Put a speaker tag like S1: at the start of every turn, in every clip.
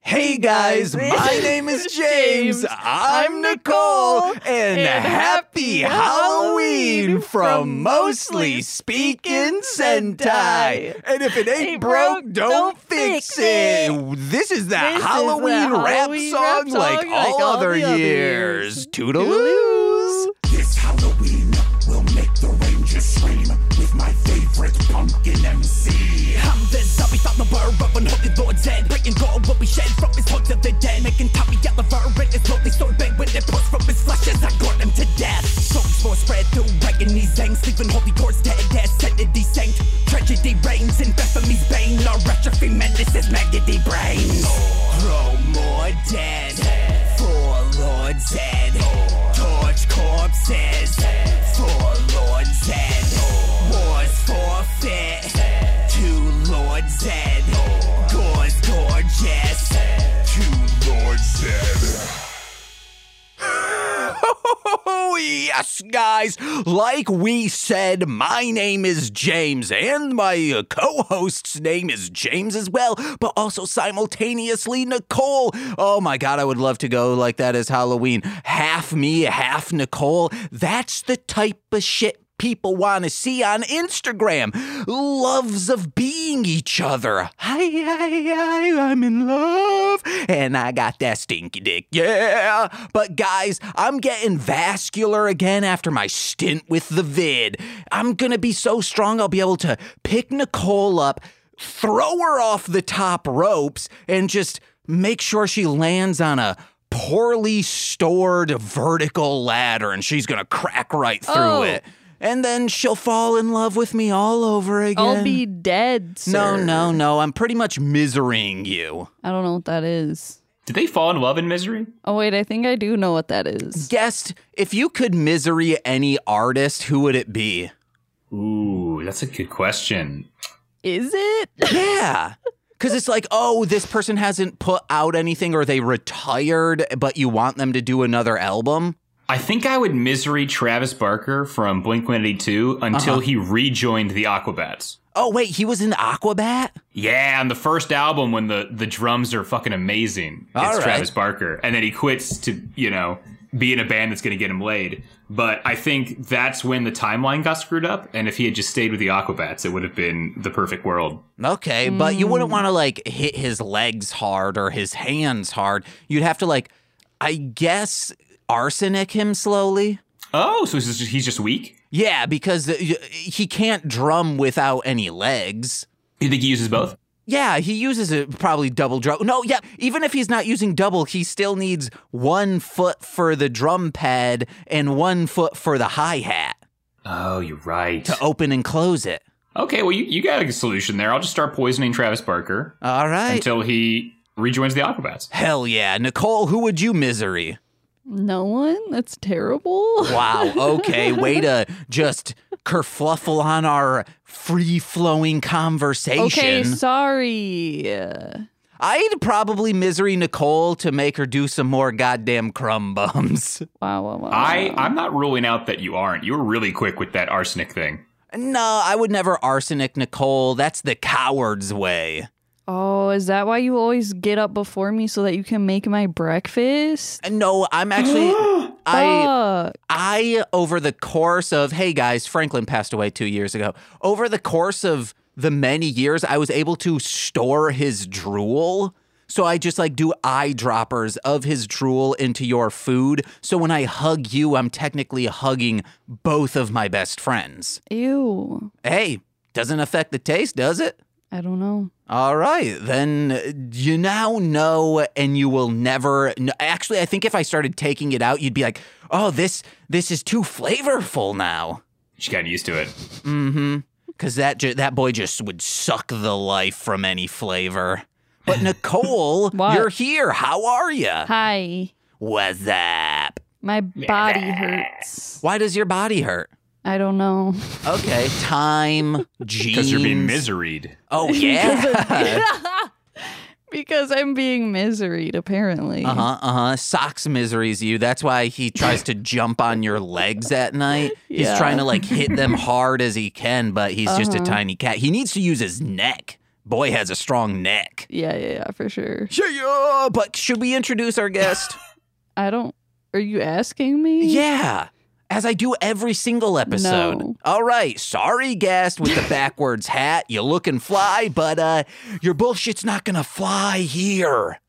S1: Hey guys, my name is James. I'm Nicole, and happy Halloween from Mostly Speaking Sentai. And if it ain't broke, don't fix it. This is the
S2: This is the
S1: Halloween rap
S2: Halloween rap
S1: song like
S2: song like
S1: all
S2: all
S1: other
S2: the other
S1: years.
S2: years.
S1: Toodaloos.
S3: It's Halloween. We'll make the Rangers scream with my favorite pumpkin MC.
S4: I'm the zombie from the world of unholy lord dead Breaking gold will be shed from his heart till the dead Making copy out of her and his lonely sword bang When it pours from his flesh as I gore him to death Stories more spread through agony's angst Leaving holy lords dead as sanity sank Tragedy reigns in Bethany's bane Our atrophy madness is maggoty brains Grow more dead Four lords dead Torch corpses Four lords dead Wars forfeit Two lords dead Gore's gorgeous Two lords dead
S1: Oh, yes, guys. Like we said, my name is James, and my uh, co host's name is James as well, but also simultaneously Nicole. Oh my God, I would love to go like that as Halloween. Half me, half Nicole. That's the type of shit people want to see on Instagram. Loves of being each other. Hi, hi, hi, I'm in love. And I got that stinky dick. Yeah. But guys, I'm getting vascular again after my stint with the vid. I'm going to be so strong, I'll be able to pick Nicole up, throw her off the top ropes, and just make sure she lands on a poorly stored vertical ladder and she's going to crack right through
S2: Oh.
S1: it. And then she'll fall in love with me all over again.
S2: I'll be dead.
S1: No,
S2: Sir.
S1: no, no. I'm pretty much miserying you.
S2: I don't know what that is.
S5: Did they fall in love in misery?
S2: Oh wait, I think I do know what that is.
S1: Guest, if you could misery any artist, who would it be?
S5: Ooh, that's a good question.
S2: Is it?
S1: Yeah. Because it's like, oh, this person hasn't put out anything or they retired, but you want them to do another album.
S5: I think I would misery Travis Barker from Blink 182 until
S1: Uh-huh.
S5: he rejoined the Aquabats.
S1: Oh, wait, he was in Aquabat?
S5: Yeah, on the first album when the, the drums are fucking amazing. It's
S1: All right.
S5: Travis Barker. And then he quits to, you know, be in a band that's going to get him laid. But I think that's when the timeline got screwed up. And if he had just stayed with the Aquabats, it would have been the perfect world.
S1: Okay, but you
S2: Hmm.
S1: wouldn't want to like hit his legs hard or his hands hard. You'd have to like, I guess, arsenic him slowly.
S5: Oh, so he's just, he's just weak?
S1: Yeah, because uh, y- he can't drum without any legs.
S5: You think he uses both?
S1: Yeah, he uses a probably double drum. No, yeah, even if he's not using double, he still needs one foot for the drum pad and one foot for the hi hat
S5: Oh, you're right.
S1: to open and close it.
S5: Okay, well, you, you got a solution there. I'll just start poisoning Travis Barker
S1: All right.
S5: until he rejoins the Aquabats.
S1: Hell yeah. Nicole, who would you misery?
S2: No one. That's terrible.
S1: Wow. Okay. Way to just kerfluffle on our free flowing conversation.
S2: Okay, sorry. Uh,
S1: I'd probably misery Nicole to make her do some more goddamn crumb bums.
S2: Wow, wow, wow.
S5: I,
S2: wow.
S5: I'm not ruling out that you aren't. You were really quick with that arsenic thing.
S1: No, I would never arsenic Nicole. That's the coward's way.
S2: Oh, is that why you always get up before me so that you can make my breakfast?
S1: No, I'm actually I
S2: Fuck.
S1: I over the course of hey guys, Franklin passed away 2 years ago. Over the course of the many years I was able to store his drool. So I just like do eyedroppers of his drool into your food. So when I hug you, I'm technically hugging both of my best friends.
S2: ew.
S1: Hey, doesn't affect the taste, does it?
S2: I don't know.
S1: All right, then uh, you now know, and you will never. kn- Actually, I think if I started taking it out, you'd be like, "Oh, this this is too flavorful now,"
S5: She got used to it.
S1: because that ju- that boy just would suck the life from any flavor. But Nicole,
S2: What?
S1: you're here. How are you?
S2: Hi.
S1: What's up?
S2: My body hurts.
S1: Why does your body hurt?
S2: I don't know.
S1: Okay, time, jeans.
S5: Because you're being miseried.
S1: Oh
S2: Because
S1: yeah.
S2: I'm- because I'm being miseried, apparently.
S1: Uh huh. Uh huh. Socks miseries you. That's why he tries to jump on your legs at night. He's
S2: Yeah.
S1: trying to like hit them hard as he can, but he's just a
S2: Uh-huh.
S1: tiny cat. He needs to use his neck Boy has a strong neck.
S2: Yeah, yeah, yeah, for sure.
S1: Sure, yeah, but should we introduce our guest?
S2: I don't. Are you asking me?
S1: yeah. As I do every single episode.
S2: No.
S1: All right, sorry guest with the backwards hat. You looking fly, but uh your bullshit's not gonna fly here.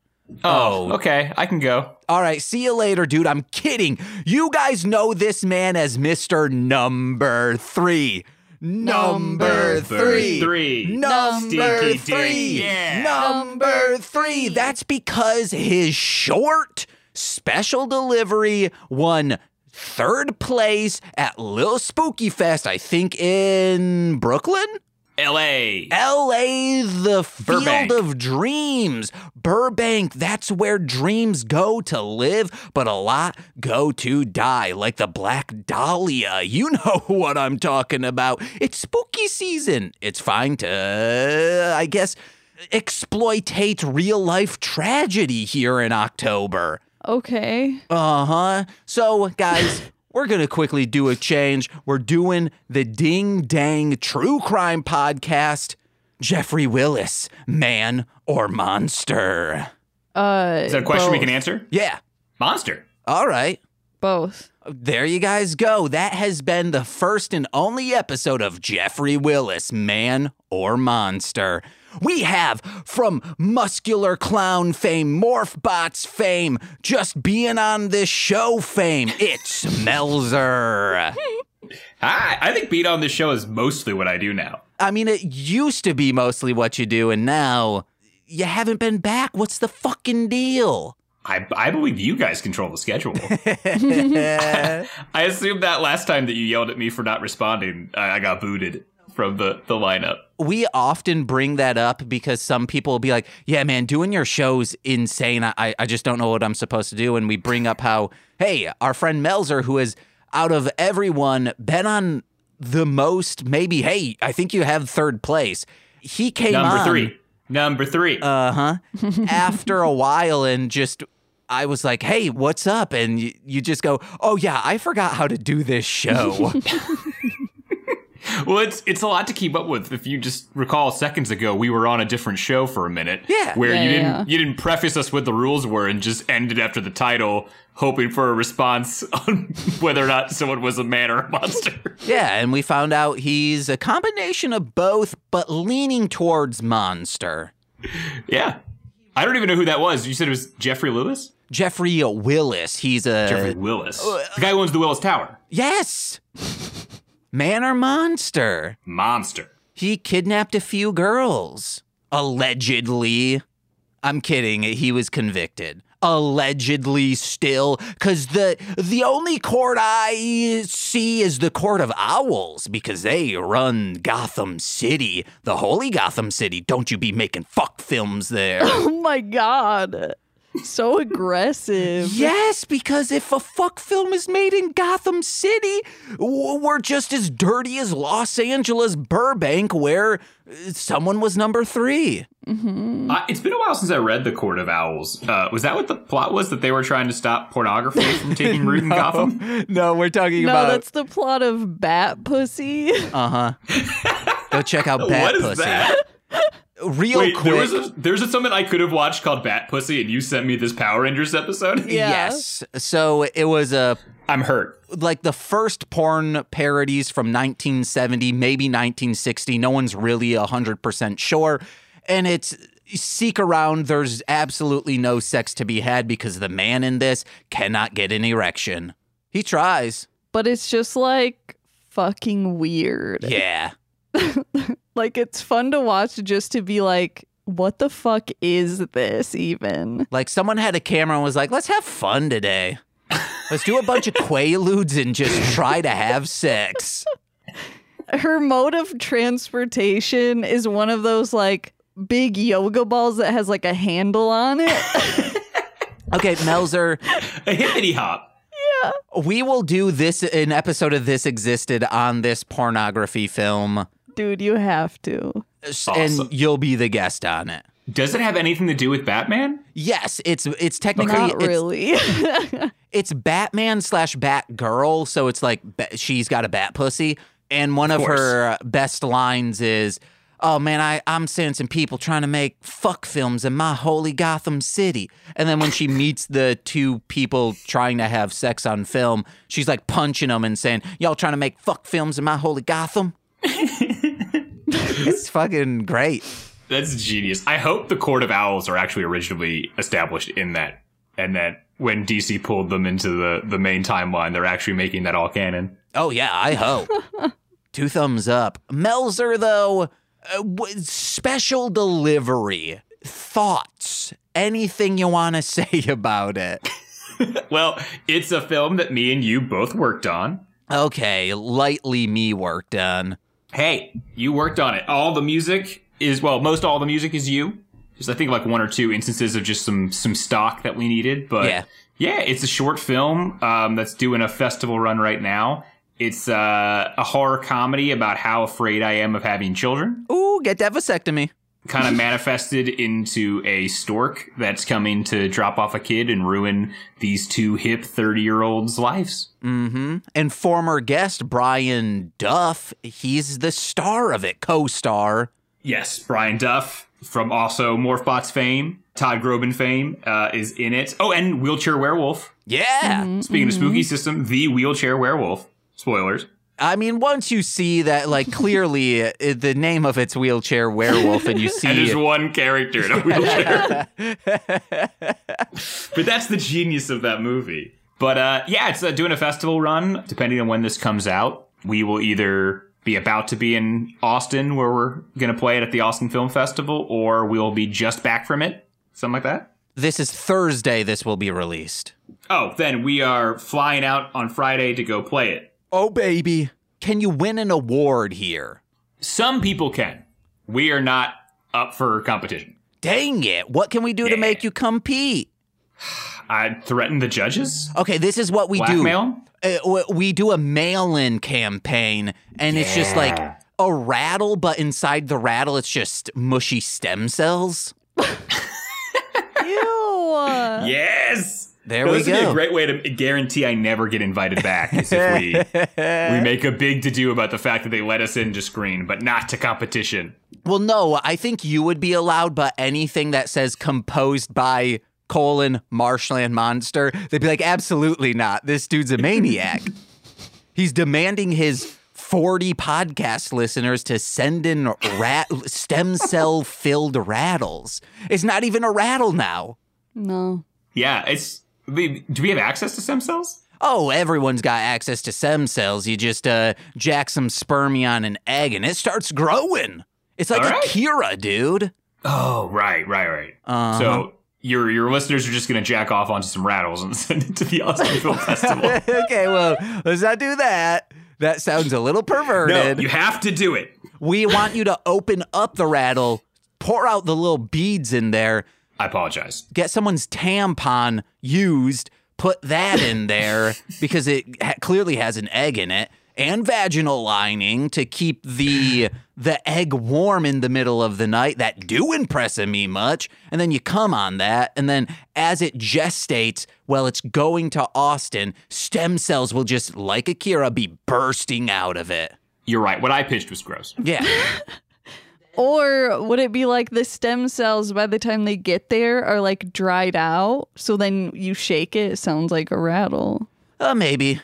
S5: Oh,
S1: Oh.
S5: okay. I can go.
S1: All right, see you later, dude. I'm kidding. You guys know this man as Mr. Number Three. Number
S2: Number
S1: three.
S5: three.
S1: Number
S5: Stinky dick.
S1: three.
S5: Yeah.
S1: Number three. That's because his short special delivery won third place at Lil Spooky Fest, I think in Brooklyn?
S5: L.A.
S1: LA, the field
S5: Burbank.
S1: of dreams. Burbank, that's where dreams go to live, but a lot go to die, like the Black Dahlia. You know what I'm talking about. It's spooky season. It's fine to, uh, I guess, exploitate real life tragedy here in October.
S2: Okay.
S1: Uh huh. So, guys, we're going to quickly do a change. We're doing the Ding Dang True Crime Podcast. Jeffrey Willis, man or monster?
S2: Uh,
S5: Is that a question we
S2: both.
S5: can answer?
S1: Yeah.
S5: Monster.
S1: All right.
S2: Both.
S1: There you guys go. That has been the first and only episode of Jeffrey Willis, Man or Monster. We have from muscular clown fame, Morphbots fame, just being on this show fame, er. it's Melzer.
S5: Hi. I think beat on this show is mostly what I do now.
S1: I mean, it used to be mostly what you do, and now you haven't been back. What's the fucking deal?
S5: I, I believe you guys control the schedule. I assumed that last time that you yelled at me for not responding, I, I got booted from the, the lineup.
S1: we often bring that up because some people will be like, "Yeah, man, doing your show's insane. I- I I just don't know what I'm supposed to do." And we bring up how, hey, our friend Melzer, who is out of everyone been on the most, maybe. Hey, I think you have third place. He came
S5: Number
S1: on
S5: three. Number three.
S1: uh huh. After a while, and just I was like, "Hey, what's up?" And you, you just go, "Oh yeah, I forgot how to do this show."
S5: Well, it's it's a lot to keep up with. If you just recall, seconds ago we were on a different show for a minute.
S1: Yeah.
S5: where
S2: Yeah,
S5: you didn't
S2: yeah.
S5: you didn't preface us what the rules were and just ended after the title, hoping for a response on whether or not someone was a man or a monster.
S1: yeah, and we found out he's a combination of both, but leaning towards monster.
S5: yeah, I don't even know who that was. You said it was Jeffrey Lewis.
S1: Jeffrey Willis. He's a
S5: Jeffrey Willis, the guy who owns the Willis Tower.
S1: yes, man or monster.
S5: Monster.
S1: He kidnapped a few girls. Allegedly. I'm kidding. He was convicted. Allegedly still. Cause the the only court I see is the court of owls, because they run Gotham City. The holy Gotham City. Don't you be making fuck films there.
S2: Oh my god. So aggressive.
S1: Yes, because if a fuck film is made in Gotham City, w- we're just as dirty as Los Angeles Burbank, where uh, someone was number three.
S5: Uh, it's been a while since I read The Court of Owls. Uh, was that what the plot was that they were trying to stop pornography from taking root in Gotham?
S1: No, we're talking
S2: No,
S1: about
S2: that's the plot of Bat Pussy.
S1: uh huh. Go check out Bat
S5: what is
S1: Pussy.
S5: that?
S1: Real
S5: Wait,
S1: quick.
S5: there was a, there's a, something I could have watched called Bat Pussy, and you sent me this Power Rangers episode.
S2: Yeah.
S1: Yes. So it was a
S5: I'm hurt.
S1: like the first porn parodies from 1970, maybe 1960. No one's really 100% sure. And it's seek around. There's absolutely no sex to be had because the man in this cannot get an erection. He tries.
S2: but it's just like fucking weird.
S1: Yeah.
S2: Like it's fun to watch just to be like, what the fuck is this even?
S1: Like someone had a camera and was like, let's have fun today. Let's do a bunch of quaaludes and just try to have sex.
S2: Her mode of transportation is one of those like big yoga balls that has like a handle on it.
S1: Okay, Melzer,
S5: A hippity hop.
S1: we will do this. An episode of this existed on this pornography film.
S2: Dude, you have to.
S1: S-
S5: Awesome.
S1: and you'll be the guest on it.
S5: Does it have anything to do with Batman?
S1: Yes, it's it's technically
S2: Not
S1: e-, it's,
S2: really.
S1: it's Batman slash Batgirl, so it's like ba- she's got a bat pussy, and one of,
S5: course.
S1: her best lines is, oh man, I, I'm seeing some people trying to make fuck films in my holy Gotham City. And then when she meets the two people trying to have sex on film, she's like punching them and saying, y'all trying to make fuck films in my holy Gotham? it's fucking great.
S5: That's genius. I hope the Court of Owls are actually originally established in that, and that when DC pulled them into the the main timeline, they're actually making that all canon.
S1: Oh yeah, I hope. Two thumbs up. Melzer though, uh, w- special delivery. Thoughts? Anything you want to say about it?
S5: Well, it's a film that me and you both worked on.
S1: Okay, lightly me work done.
S5: Hey, you worked on it. All the music is well, most all the music is you. Just I think like one or two instances of just some some stock that we needed, but
S1: Yeah.
S5: yeah, it's a short film um, that's doing a festival run right now. It's uh, a horror comedy about how afraid I am of having children.
S1: Ooh, get that vasectomy.
S5: kind of manifested into a stork that's coming to drop off a kid and ruin these two hip 30 year olds' lives.
S1: Mm-hmm. And former guest Brian Duff, he's the star of it, co-star.
S5: Yes, Brian Duff from also Morphbots fame, Todd Groban fame, uh, is in it. Oh, and Wheelchair Werewolf.
S1: Yeah.
S2: Mm-hmm,
S5: Speaking of Spooky System, the Wheelchair Werewolf. Spoilers.
S1: I mean, once you see that, like, clearly uh, the name of it's wheelchair werewolf, and you see
S5: And there's one character in a wheelchair. but that's the genius of that movie. But uh, yeah, it's uh, doing a festival run. Depending on when this comes out, we will either be about to be in Austin, where we're going to play it at the Austin Film Festival, or we'll be just back from it, something like that.
S1: this is Thursday. This will be released.
S5: Oh, then we are flying out on Friday to go play it.
S1: Oh, baby. Can you win an award here?
S5: Some people can. We are not up for competition.
S1: Dang it. What can we do
S5: Yeah.
S1: to make you compete?
S5: I threaten the judges.
S1: Okay, this is what we
S5: Blackmail?
S1: do. Uh, w- we do a mail in campaign, and it's just like a rattle, but inside the rattle, it's just mushy stem cells.
S2: mm-hmm. Ew.
S5: Yes.
S1: There
S5: No,
S1: we
S5: this would be
S1: go.
S5: a great way to guarantee I never get invited back is if we we make a big to do about the fact that they let us into screen, but not to competition.
S1: Well, no, I think you would be allowed, but anything that says composed by colon marshland monster, they'd be like, absolutely not. This dude's a maniac. He's demanding his 40 podcast listeners to send in rat- stem cell filled rattles. It's not even a rattle now.
S2: No.
S5: Yeah, it's. we- Do we have access to stem cells?
S1: Oh, everyone's got access to stem cells. You just uh, jack some spermion and egg, and it starts growing. It's like
S5: All right.
S1: Akira, dude.
S5: Oh, right, right, right.
S1: Uh-huh.
S5: So your your listeners are just going to jack off onto some rattles and send it to the Austin Film Festival.
S1: okay, well, let's not do that. That sounds a little
S5: No,
S1: perverted.
S5: you have to do it.
S1: we want you to open up the rattle, pour out the little beads in there,
S5: I apologize.
S1: get someone's tampon used, put that in there because it ha- clearly has an egg in it and vaginal lining to keep the the egg warm in the middle of the night that do impress me much and then you come on that and then as it gestates well it's going to austin stem cells will just like akira be bursting out of it
S5: You're right. What I pitched was gross.
S1: yeah
S2: Or would it be like the stem cells by the time they get there are like dried out? So then you shake it, it sounds like a rattle.
S1: uh, maybe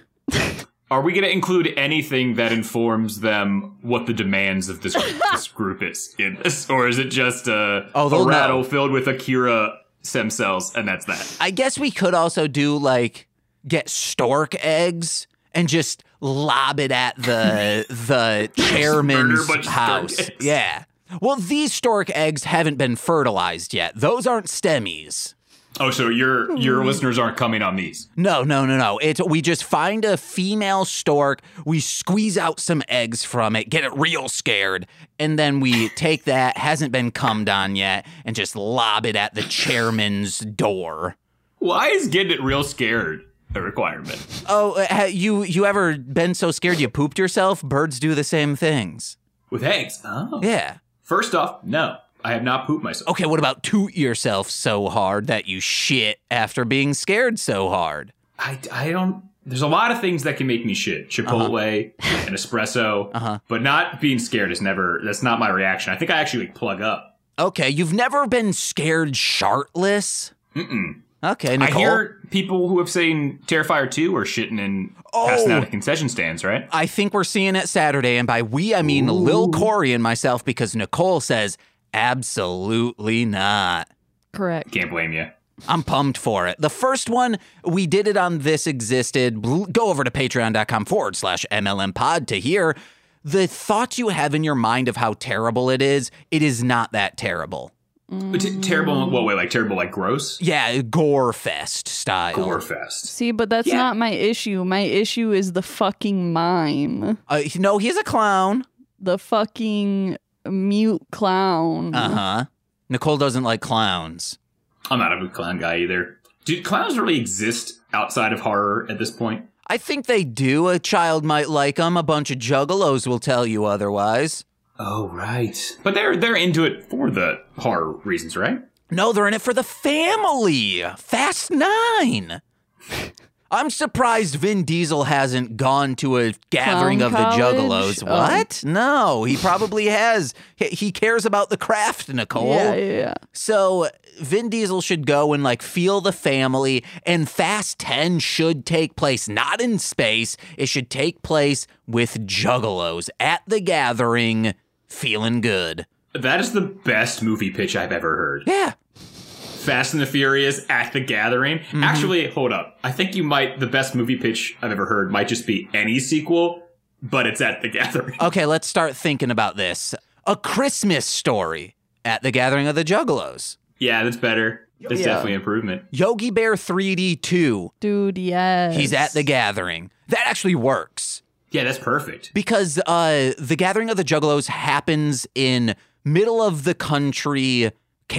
S5: Are we going to include anything that informs them what the demands of this, this group is in this, or is it just a,
S1: Oh, they'll
S5: a rattle
S1: know.
S5: filled with Akira stem cells and that's that?
S1: I guess we could also do like get stork eggs and just lob it at the the
S5: Murder a
S1: chairman's
S5: bunch of stork
S1: house.
S5: eggs.
S1: Yeah. Well, these stork eggs haven't been fertilized yet. Those aren't stemmies.
S5: Oh, so your your listeners aren't coming on these.
S1: No, no, no, no. It's we just find a female stork, we squeeze out some eggs from it, get it real scared, and then we take that hasn't been cummed on yet and just lob it at the chairman's door.
S5: Why is getting it real scared a requirement?
S1: Oh, uh, ha- you you ever been so scared you pooped yourself? Birds do the same things.
S5: With eggs? Oh.
S1: Yeah. Oh,
S5: First off, no, I have not pooped myself.
S1: Okay, what about toot yourself so hard that you shit after being scared so hard?
S5: I, I don't there's a lot of things that can make me shit. Chipotle, and espresso,
S1: Uh-huh.
S5: but not being scared is never. That's not my reaction. I think I actually like, plug up.
S1: Okay, you've never been scared shartless?
S5: Mm-mm.
S1: Okay,
S5: I
S1: Nicole.
S5: hear people who have seen Terrifier two are shitting and passing
S1: Oh.
S5: out at concession stands. Right?
S1: I think we're seeing it Saturday, and by we I mean Lil Corey and myself because Nicole says absolutely not.
S2: Correct.
S5: Can't blame you.
S1: I'm pumped for it. The first one, we did it on This Existed. Bl- Go over to patreon.com forward slash MLM pod to hear the thoughts you have in your mind of how terrible it is. It is not that terrible.
S5: But t- terrible. in What way? Like terrible? Like gross?
S1: Yeah, gore fest style.
S5: Gore fest.
S2: See, but that's not my issue. My issue is the fucking mime.
S1: Uh, no, he's a clown.
S2: The fucking mute clown.
S1: Uh huh. Nicole doesn't like clowns.
S5: I'm not a big clown guy either. Do clowns really exist outside of horror at this point?
S1: I think they do. A child might like them. A bunch of juggalos will tell you otherwise.
S5: Oh right. But they're they're into it for the horror reasons, right?
S1: No, they're in it for the family. Fast Nine. I'm surprised Vin Diesel hasn't gone to a gathering
S2: Clown
S1: of the
S2: college?
S1: juggalos.
S2: Um,
S1: What? no, he probably has. He- He cares about the craft, Nicole.
S2: Yeah, yeah, yeah.
S1: So Vin Diesel should go and like feel the family, and Fast 10 should take place not in space. It should take place with juggalos at the gathering, feeling good.
S5: That is the best movie pitch I've ever heard.
S1: Yeah.
S5: Fast and the Furious at the Gathering. Actually, hold up. I think you might the best movie pitch I've ever heard might just be any sequel, but it's at the Gathering.
S1: Okay, let's start thinking about this. A Christmas story at the gathering of the juggalos.
S5: yeah, that's better. That's
S2: Yeah.
S5: definitely improvement.
S1: Yogi Bear 3D 2.
S2: Dude, yes.
S1: He's at the gathering. That actually works.
S5: Yeah, that's perfect.
S1: because uh, the gathering of the juggalos happens in middle of the country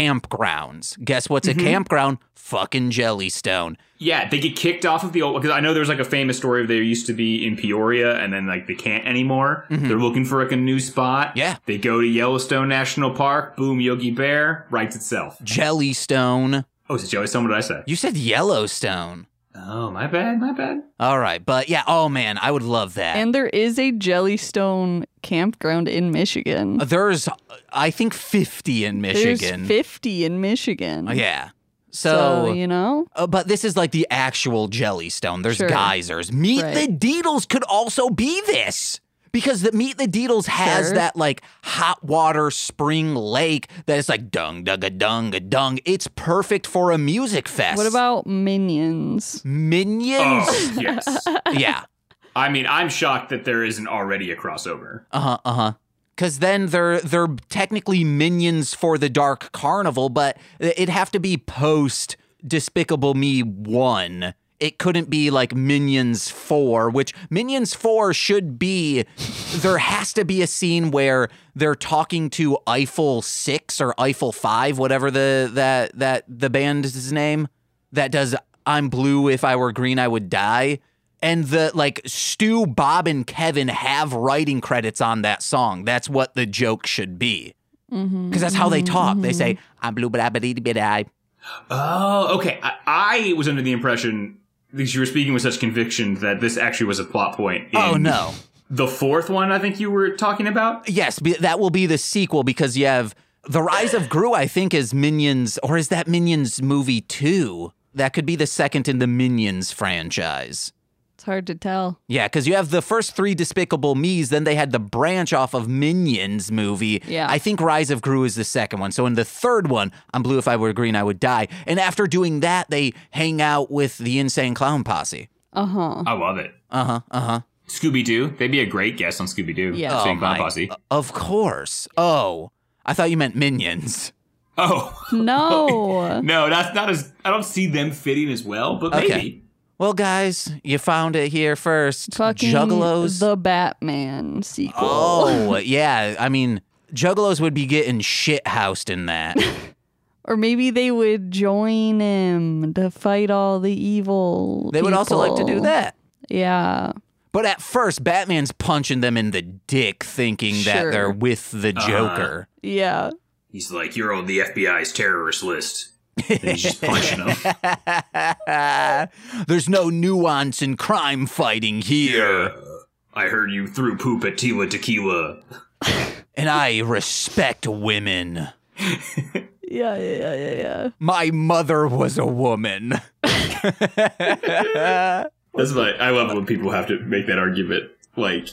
S1: campgrounds guess what's
S2: Mm-hmm.
S1: a campground fucking jellystone
S5: Yeah, they get kicked off of the old because I know there's like a famous story of they used to be in Peoria and then like they can't anymore. They're looking for like a new spot.
S1: Mm-hmm. Yeah.
S5: They go to Yellowstone National Park, boom, Yogi Bear, writes itself.
S1: jellystone
S5: Oh, is it Yellowstone? What did I say?
S1: you said yellowstone
S5: Oh, my bad, my bad.
S1: all right but yeah oh man i would love that
S2: And there is a Jellystone campground in Michigan.
S1: there's i think 50 in michigan
S2: There's 50 in Michigan.
S1: Oh, yeah so,
S2: Mm-hmm. So, you know,
S1: uh, but this is like the actual Jellystone. There's
S2: Sure.
S1: geysers. Meet the
S2: Right.
S1: Deedles could also be this because the Meet the Deedles has
S2: Sure.
S1: that like hot water spring lake that is like dung dugga dung a dung. It's perfect for a music fest.
S2: what about minions?
S1: Minions?
S5: Oh, yes.
S1: yeah.
S5: I mean, I'm shocked that there isn't already a crossover.
S1: Uh huh. Uh huh. Because then they're they're technically minions for the Dark Carnival, but it'd have to be post Despicable Me one. It couldn't be like Minions four, which Minions four should be. There has to be a scene where they're talking to Eiffel six or Eiffel five, whatever the that that the band's name that does I'm blue if I were green I would die and the like Stu Bob and Kevin have writing credits on that song that's what the joke should be
S2: Mm-hmm.
S1: because that's how they talk they say I'm blue but I but I
S5: Oh, okay. I, I was under the impression, because you were speaking with such conviction, that this actually was a plot point. In
S1: oh no
S5: The fourth one, I think you were talking about?
S1: yes be- that will be the sequel because you have The Rise of Gru I think is Minions or is that Minions movie 2 that could be the second in the Minions franchise
S2: It's hard to tell.
S1: Yeah, because you have the first three Despicable Me's, then they had the branch off of Minions movie.
S2: Yeah.
S1: I think Rise of Gru is the second one. So in the third one, I'm blue if I were green, I would die. And after doing that, they hang out with the insane clown posse.
S2: Uh huh.
S5: I love it.
S1: Uh huh. Uh huh.
S5: Scooby Doo. They'd be a great guest on Scooby Doo.
S2: Yeah.
S5: Saying
S1: Oh,
S5: Clown
S1: my-
S5: Posse.
S1: Of course. Oh, I thought you meant Minions.
S5: Oh.
S2: No.
S5: No, that's not as. I don't see them fitting as well, but
S1: Okay.
S5: maybe.
S1: Well, guys, you found it here first.
S2: Fucking
S1: Juggalos.
S2: The Batman sequel.
S1: oh, yeah. I mean, Juggalos would be getting shit housed in that.
S2: Or maybe they would join him to fight all the evil.
S1: They would also like to do
S2: people.
S1: that.
S2: Yeah.
S1: But at first, Batman's punching them in the dick, thinking that
S2: Sure.
S1: they're with the Joker.
S2: Yeah.
S5: He's like, you're on the FBI's terrorist list. And he's just punching him.
S1: There's no nuance in crime fighting here.
S5: I heard you threw poop at Tiwa Tequila.
S1: And I respect women.
S2: Yeah, yeah, yeah, yeah, yeah.
S1: My mother was a woman. Uh-huh,
S5: That's why I love when people have to make that argument. Like,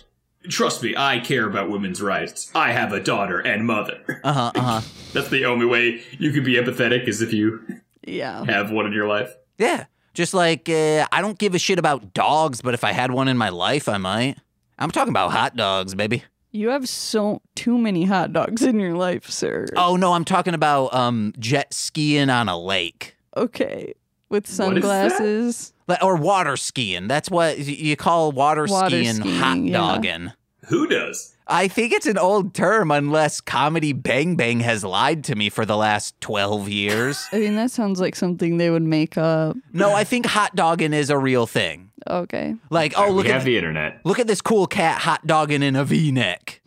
S5: trust me, I care about women's rights. I have a daughter and mother.
S1: Uh huh. Uh-huh.
S5: That's the only way you can be empathetic is if you
S1: Oh.
S2: Yeah.
S5: have one in your life.
S1: Yeah. Just like, uh, I don't give a shit about dogs, but if I had one in my life, I might. I'm talking about hot dogs, baby.
S2: You have so too many hot dogs in your life, sir.
S1: Oh, no, I'm talking about um, jet skiing on a lake
S2: Okay. With
S5: What is that?
S2: sunglasses.
S1: Le- or water skiing. That's what y- you call water,
S2: Water
S1: skiing,
S2: skiing,
S1: hot
S2: yeah.
S1: dogging.
S5: Who does?
S1: I think it's an old term unless Comedy Bang Bang has lied to me for the last 12 years.
S2: I mean, that sounds like something they would make up.
S1: no, I think hot dogging is a real thing.
S2: Okay.
S1: Like, oh, look
S5: we
S1: at
S5: have the internet.
S1: Look at this cool cat hot dogging in a V-neck.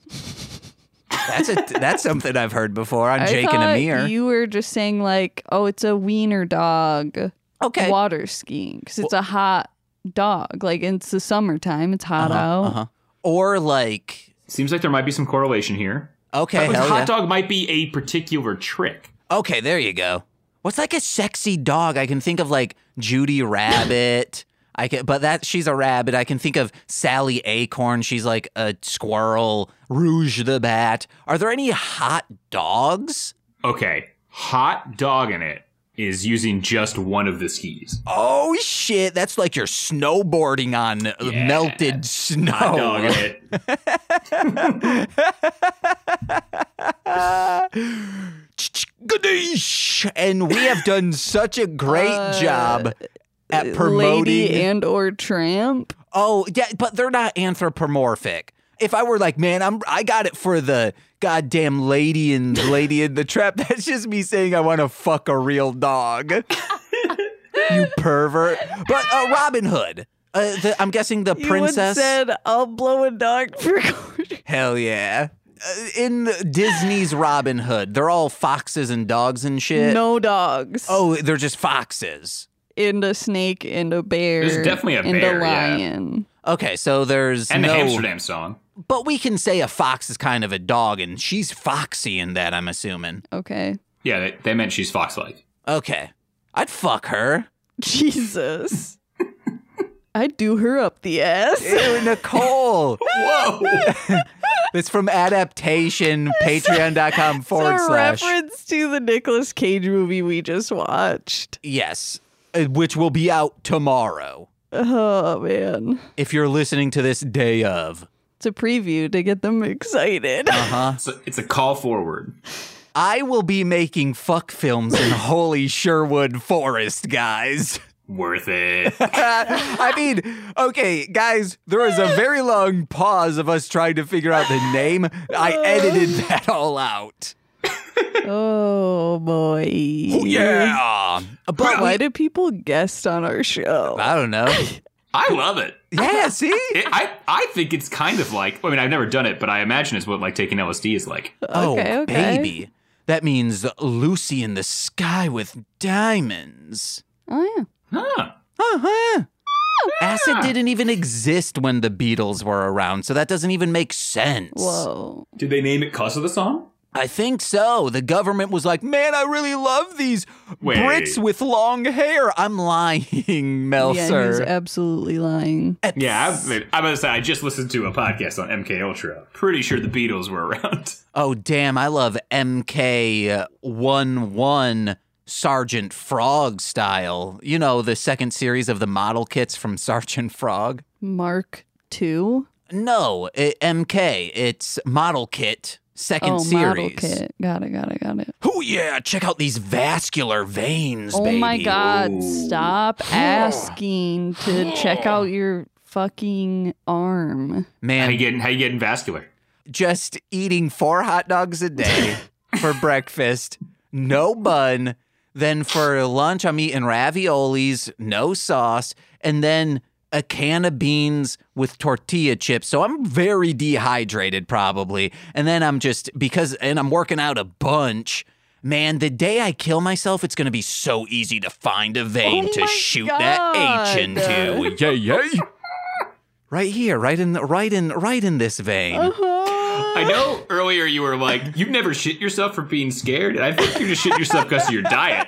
S1: That's a that's something I've heard before on
S2: I
S1: Jake and
S2: thought
S1: Amir.
S2: You were just saying like, oh, it's a wiener dog.
S1: okay.
S2: Water skiing because it's a hot dog. Like it's the summertime. It's hot out.
S1: Uh-huh. Or like
S5: Seems like there might be some correlation here.
S1: okay,
S5: But
S1: hell
S5: hot
S1: yeah.
S5: dog might be a particular trick.
S1: okay, there you go. What's like a sexy dog? I can think of like Judy Rabbit. I can, but that she's a rabbit. I can think of Sally Acorn. She's like a squirrel. Rouge the Bat. Are there any hot dogs?
S5: Okay, hot dog in it is using just one of the skis.
S1: Oh shit! That's like you're snowboarding on uh,
S5: Yeah.
S1: melted snow.
S5: Hot dog in it.
S1: Ganesh. and we have done such a great
S2: Uh,
S1: job at promoting.
S2: Lady and or tramp.
S1: oh, yeah, but they're not anthropomorphic. If I were like, man, I'm I got it for the goddamn lady and lady in the trap. That's just me saying I want to fuck a real dog. you pervert. But uh, Robin Hood. Uh, the, I'm guessing the
S2: You would
S1: princess.
S2: said I'll blow a dog for quarter.
S1: Hell yeah. Uh, in Disney's Robin Hood, they're all foxes and dogs and shit.
S2: no dogs.
S1: Oh, they're just foxes.
S2: and a snake and a bear.
S5: There's definitely a
S2: and
S5: bear,
S2: a
S5: yeah.
S2: lion.
S1: Okay, so there's
S5: And
S1: no,
S5: the Amsterdam song.
S1: but we can say a fox is kind of a dog, and she's foxy in that. I'm assuming.
S2: Okay,
S5: Yeah, they, they meant she's fox-like.
S1: Okay, I'd fuck her.
S2: Jesus. I'd do her up the ass.
S1: Ew, Nicole.
S5: Whoa!
S1: it's from adaptation. Patreon.com forward
S2: It's a
S1: slash
S2: reference to the Nicolas Cage movie we just watched.
S1: yes, uh, which will be out tomorrow.
S2: Oh man,
S1: If you're listening to this day of, Uh-huh.
S2: it's a preview to get them excited.
S5: It's a, it's a call forward.
S1: I will be making fuck films in Holy Sherwood Forest, guys.
S5: Worth it.
S1: I mean, okay, guys, there was a very long pause of us trying to figure out the name. I edited that all out.
S2: oh boy. Oh,
S1: Yeah. But
S2: Why
S1: like,
S2: do people guest on our show?
S1: I don't know.
S5: I love it.
S1: Yeah, see?
S5: it. I I think it's kind of like. I mean, I've never done it, but I imagine it's what like taking LSD is like.
S1: Oh,
S2: Okay, okay.
S1: baby. That means Lucy in the sky with diamonds.
S2: Oh yeah.
S5: Huh.
S1: Uh-huh.
S2: Ah.
S1: Acid didn't even exist when the Beatles were around, so that doesn't even make sense.
S2: Whoa.
S5: Did they name it cause of the song?
S1: I think so. The government was like, man, I really love these
S5: Wait.
S1: Brits with long hair. I'm lying,
S2: yeah, he's
S1: Melser.
S2: absolutely lying.
S5: Yeah, I, I'm gonna say I just listened to a podcast on MK Ultra. Pretty sure the Beatles were around.
S1: oh, damn. I love MK11 Sergeant Frog style. You know, the second series of the model kits from Sergeant Frog.
S2: Mark two.
S1: No, it, MK. It's model kit, second
S2: oh,
S1: series.
S2: model kit. Got it. Got it. Got it.
S1: Oh, yeah. Check out these vascular veins,
S2: Oh
S1: baby.
S2: my god,
S5: Ooh.
S2: stop asking to check out your fucking arm.
S5: How
S1: Man,
S5: you getting? How you getting vascular?
S1: just eating four hot dogs a day for breakfast, no bun. Then for lunch, I'm eating raviolis, no sauce, and then a can of beans with tortilla chips. So I'm very dehydrated, probably. And then I'm just because, and I'm working out a bunch. Man, the day I kill myself, it's gonna be so easy to find a vein
S2: Oh
S1: to
S2: my
S1: shoot that H
S2: God.
S1: into. yay, yay. Right here, right in the right in right in this vein. Uh-huh.
S5: I know earlier you were like, you've never shit yourself for being scared. And I think you just shit yourself because of your diet.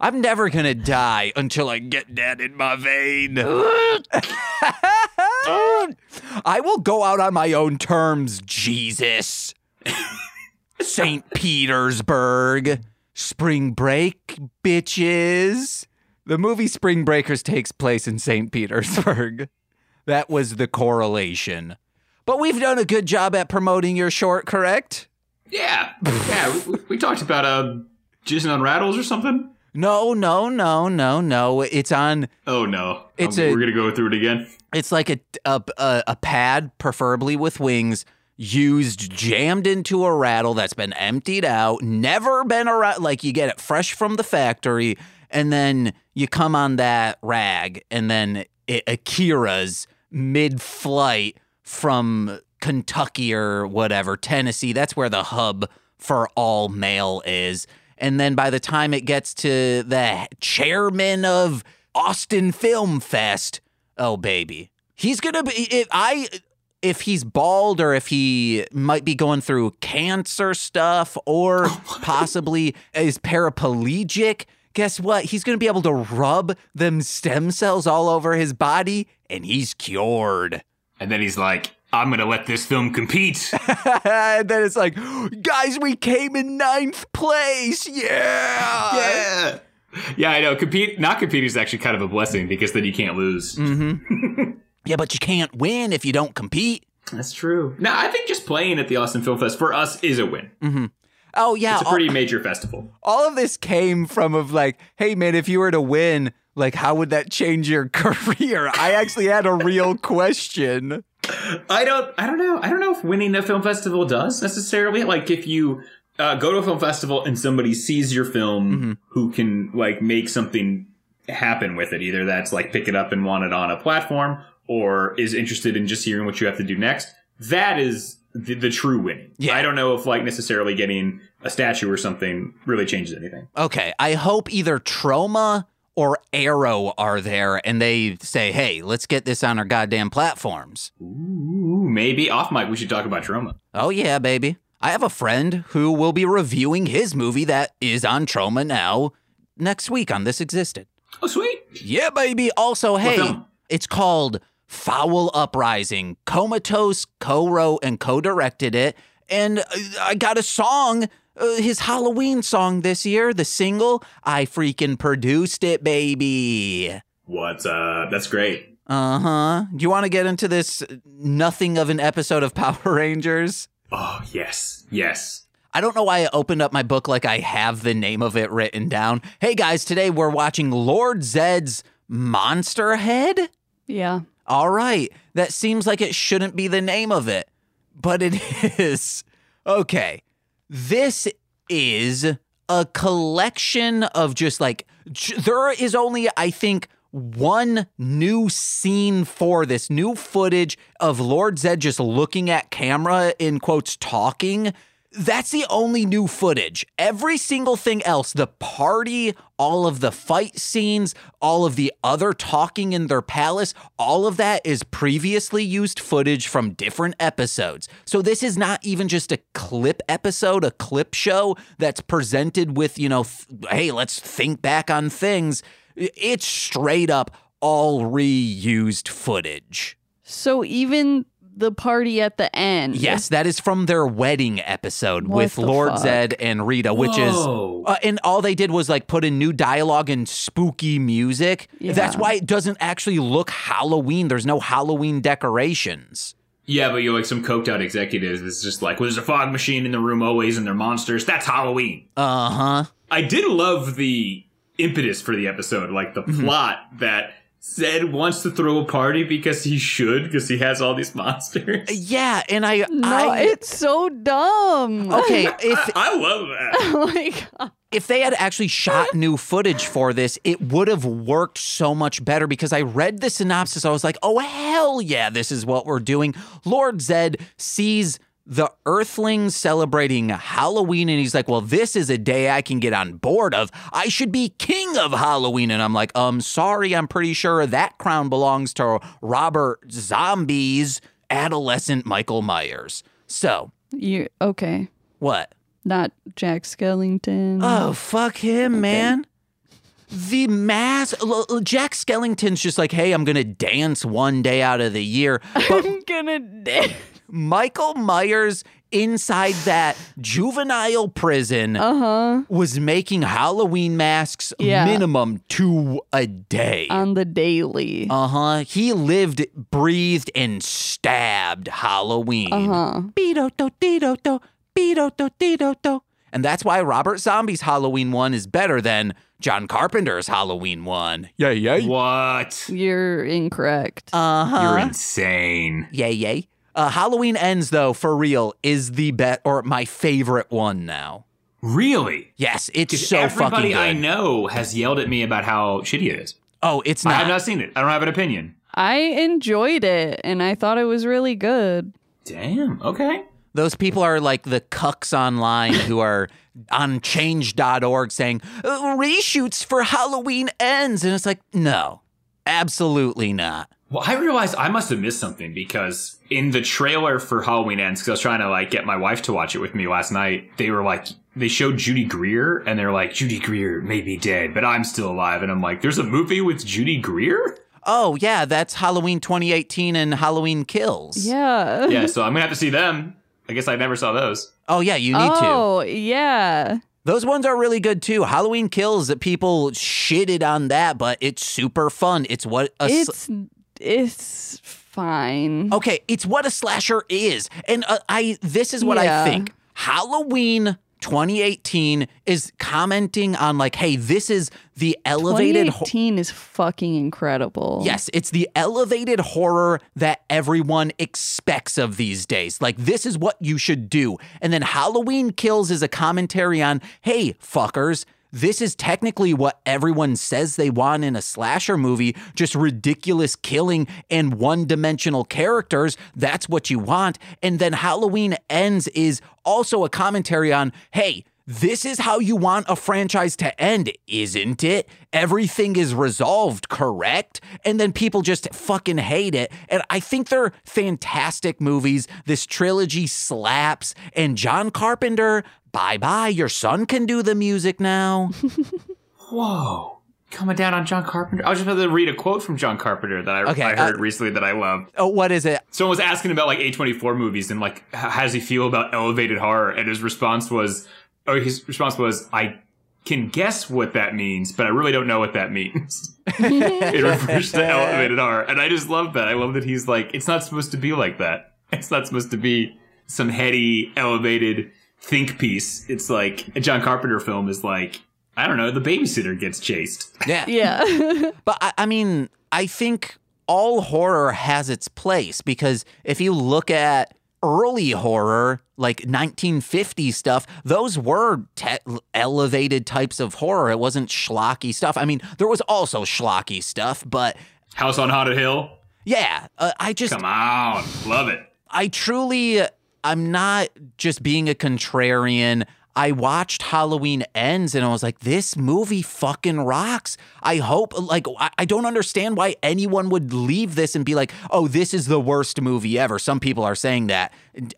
S1: I'm never gonna die until I get that in my vein. I will go out on my own terms, Jesus. St. Petersburg. Spring break, bitches. The movie Spring Breakers takes place in St. Petersburg. That was the correlation. But we've done a good job at promoting your short, correct?
S5: Yeah. Yeah. We, we talked about uh, jizzing on rattles or something.
S1: No, no, no, no, no. It's on
S5: Oh, no.
S1: It's
S5: Um,
S1: a-
S5: we're going to go through it again.
S1: It's like a, a, a, a pad, preferably with wings, used, jammed into a rattle that's been emptied out, never been around. Like you get it fresh from the factory, and then you come on that rag, and then it Akira's mid flight from Kentucky or whatever, Tennessee. That's where the hub for all mail is. And then by the time it gets to the chairman of Austin Film Fest, Oh baby, he's gonna be if I if he's bald or if he might be going through cancer stuff
S5: Oh
S1: or possibly is paraplegic. Guess what? He's gonna be able to rub them stem cells all over his body, and he's cured.
S5: And then he's like, I'm going to let this film compete.
S1: and then it's like, guys, we came in ninth place. Yeah.
S5: yeah. Yeah, I know. Compete, not competing is actually kind of a blessing because then you can't lose.
S1: Mm-hmm. Yeah, but you can't win if you don't compete.
S5: That's true.
S1: Mm.
S5: No, I think just playing at the Austin Film Fest for us is a win.
S1: Oh yeah,
S5: It's a
S1: all-
S5: pretty major festival.
S1: all of this came from of like, hey man, if you were to win, like how would that change your career? I actually had a real question.
S5: I don't. I don't know. I don't know if winning a film festival does necessarily. Like if you uh, go to a film festival and somebody sees your film, who can like make something happen with it. Either that's like pick it up and want it on a platform, or is interested in just hearing what you have to do next. That is the, the true winning.
S1: Yeah.
S5: I don't know if like necessarily getting a statue or something really changes anything.
S1: Okay, I hope either Troma or Arrow are there and they say, hey, let's get this on our goddamn platforms.
S5: Ooh, maybe off mic we should talk about trauma.
S1: Oh yeah, baby. I have a friend who will be reviewing his movie that is on Troma now next week on This Existed.
S5: Oh, sweet.
S1: Yeah, baby. Also, hey,
S5: film?
S1: it's called Foul Uprising. Comatose co-wrote and co-directed it, and uh, I got a song, uh, his Halloween song this year, the single. I freaking produced it, baby.
S5: What's up? That's great.
S1: Uh huh. Do you want to get into this uh, nothing of an episode of Power Rangers?
S5: Oh yes, yes.
S1: I don't know why I opened up my book like I have the name of it written down. Hey guys, today we're watching Lord Zed's Monster Head.
S2: Yeah.
S1: All right. That seems like it shouldn't be the name of it, but it is. Okay. This is a collection of just like, j- there is only, I think, one new scene for this new footage of Lord Zed just looking at camera, in quotes, talking. That's the only new footage. Every single thing else, the party, all of the fight scenes, all of the other talking in their palace, all of that is previously used footage from different episodes. So this is not even just a clip episode, a clip show that's presented with, you know, th- hey, let's think back on things. I- It's straight up all reused footage.
S2: So even the party at the end.
S1: Yes, that is from their wedding episode
S2: Mm-hmm. What
S1: with
S2: the
S1: Lord
S2: fuck?
S1: Zed and Rita, which
S5: Whoa.
S1: is, uh, and all they did was like put in new dialogue and spooky music. That's
S2: Yeah.
S1: why it doesn't actually look Halloween. There's no Halloween decorations.
S5: Yeah, but you're like some coked out executive that's just like, well, there's a fog machine in the room always and they're monsters. That's Halloween.
S1: Uh
S2: Uh-huh.
S1: huh.
S5: I did love the impetus for the episode, like the
S1: Mhm.
S5: plot that Zed wants to throw a party because he should, because he has all these monsters.
S1: Yeah, and I,
S2: No,
S1: I
S2: it's so dumb.
S1: okay. If
S5: I, I love that.
S2: oh my god.
S1: if they had actually shot new footage for this, it would have worked so much better because I read the synopsis. I was like, oh, hell yeah, this is what we're doing. Lord Zed sees the Earthlings celebrating Halloween, and he's like, "Well, this is a day I can get on board of. I should be king of Halloween." And I'm like, "Um, sorry, I'm pretty sure that crown belongs to Robert Zombie's adolescent Michael Myers." So
S2: You okay?
S1: what?
S2: Not Jack Skellington.
S1: Oh, fuck him, man. The mass. l- l- Jack Skellington's just like, hey, I'm going to dance one day out of the year. But
S2: I'm gonna. die.
S1: Michael Myers inside that juvenile prison was making Halloween masks
S2: Uh. Yeah. Uh.
S1: minimum two a day.
S2: on the daily.
S1: Uh huh. He lived, breathed, and stabbed Halloween. Uh
S2: Uh-huh.
S1: huh. do dido do, beedo do dido do. And that's why Robert Zombie's Halloween one is better than John Carpenter's Halloween one. Yeah, yeah.
S5: What?
S2: You're incorrect.
S1: Uh huh.
S5: You're insane.
S1: Yay, yay. Uh, Halloween Ends, though, for real, is the bet or my favorite one now.
S5: Really?
S1: Yes, it's
S5: 'Cause
S1: so fucking
S5: everybody
S1: good.
S5: I know has yelled at me about how shitty it is.
S1: Oh, it's
S5: I
S1: not.
S5: have not seen it. I don't have an opinion.
S2: I enjoyed it, and I thought it was really good.
S5: Damn. Okay.
S1: Those people are like the cucks online who are on change.org saying "Uh, reshoots for Halloween ends. And it's like, no, absolutely not.
S5: Well, I realized I must have missed something because in the trailer for Halloween Ends, because I was trying to like get my wife to watch it with me last night, they were like, they showed Judy Greer and they're like, Judy Greer may be dead, but I'm still alive. And I'm like, there's a movie with Judy Greer?
S1: Oh, yeah, that's Halloween 2018 and Halloween Kills.
S2: Yeah.
S5: yeah, so I'm going to have to see them. I guess I never saw those.
S1: Oh, yeah, you need to.
S2: oh yeah.
S1: Those ones are really good too. Halloween Kills that people shitted on that, but it's super fun. It's what a sl-
S2: It's it's fine.
S1: okay. It's what a slasher is, and uh, I this is what
S2: Yeah.
S1: I think. Halloween 2018 is commenting on like, hey, this is the elevated. ho-
S2: 2018 is fucking incredible.
S1: Yes, it's the elevated horror that everyone expects of these days. Like, this is what you should do. And then Halloween Kills is a commentary on hey, fuckers, this is technically what everyone says they want in a slasher movie just ridiculous killing and one dimensional characters. That's what you want. And then Halloween Ends is also a commentary on hey, this is how you want a franchise to end, isn't it? Everything is resolved, correct? And then people just fucking hate it. And I think they're fantastic movies. This trilogy slaps. And John Carpenter, bye bye. Your son can do the music now.
S5: Whoa. Coming down on John Carpenter. I was just about to read a quote from John Carpenter that I,
S1: Okay,
S5: I heard
S1: uh,
S5: recently that I loved.
S1: oh, what is it?
S5: Someone was asking about like A24 movies and like h- how does he feel about elevated horror and his response was or his response was I can guess what that means, but I really don't know what that means. it refers to elevated horror and I just love that. I love that he's like it's not supposed to be like that. It's not supposed to be some heady elevated think piece. It's like a John Carpenter film is like I don't know, the babysitter gets chased.
S1: Yeah.
S2: Yeah.
S1: But I, I mean, I think all horror has its place because if you look at early horror, like 1950 stuff, those were te- elevated types of horror. It wasn't schlocky stuff. I mean, there was also schlocky stuff, but
S5: House on Haunted Hill.
S1: yeah, uh, I just
S5: Come on. Love it.
S1: I truly, I'm not just being a contrarian. I watched Halloween Ends and I was like, this movie fucking rocks. I hope, like, I I don't understand why anyone would leave this and be like, oh, this is the worst movie ever. Some people are saying that.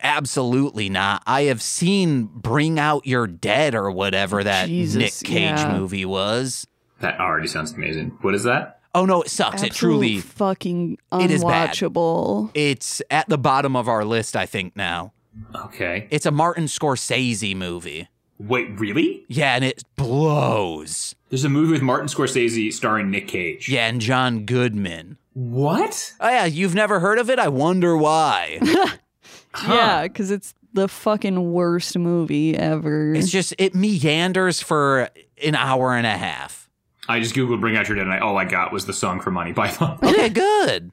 S1: Absolutely not. I have seen Bring Out Your Dead or whatever that
S2: Jesus,
S1: Nick Cage
S2: yeah.
S1: movie was.
S5: That already sounds amazing. What is that?
S1: Oh, no, it sucks.
S2: Absolute
S1: It truly,
S2: fucking
S1: It is bad.
S2: unwatchable.
S1: it's at the bottom of our list, I think, now.
S5: Okay.
S1: It's a Martin Scorsese movie.
S5: Wait, really?
S1: Yeah, and it blows.
S5: There's a movie with Martin Scorsese starring Nick Cage.
S1: Yeah, and John Goodman.
S5: What?
S1: Oh yeah, you've never heard of it? I wonder why.
S2: Yeah, because it's the fucking worst movie ever.
S1: it's just it meanders for an hour and a half.
S5: I just googled "Bring Out Your Dead," and I, all I got was the song from Monty Python.
S1: Okay, good.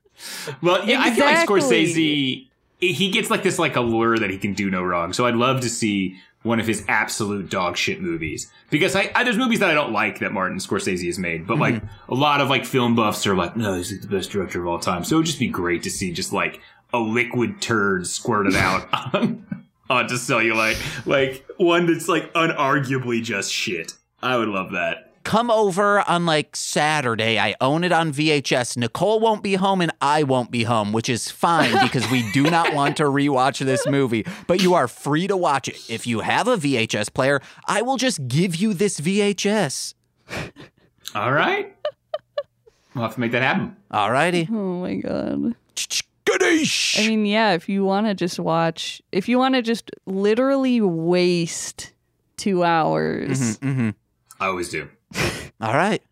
S5: well, yeah, I feel
S2: Exactly.
S5: like Scorsese, he gets like this like allure that he can do no wrong. So I'd love to see one of his absolute dog shit movies because I, I there's movies that I don't like that Martin Scorsese has made, but like a lot of like film buffs are like, no, he's the best director of all time. So it'd just be great to see just like a liquid turd squirted out on onto Cellulite. Like one that's like unarguably just shit. I would love that.
S1: Come over on like Saturday. I own it on VHS. Nicole won't be home and I won't be home, which is fine because we do not want to rewatch this movie. But you are free to watch it. If you have a VHS player, I will just give you this VHS.
S5: All right. We'll have to make that happen.
S1: Alrighty.
S2: Oh my god.
S1: Ganesh!
S2: I mean, yeah, if you want to just watch, if you want to just literally waste two
S1: Mm-hmm,
S2: hours,
S5: I always do.
S1: All right.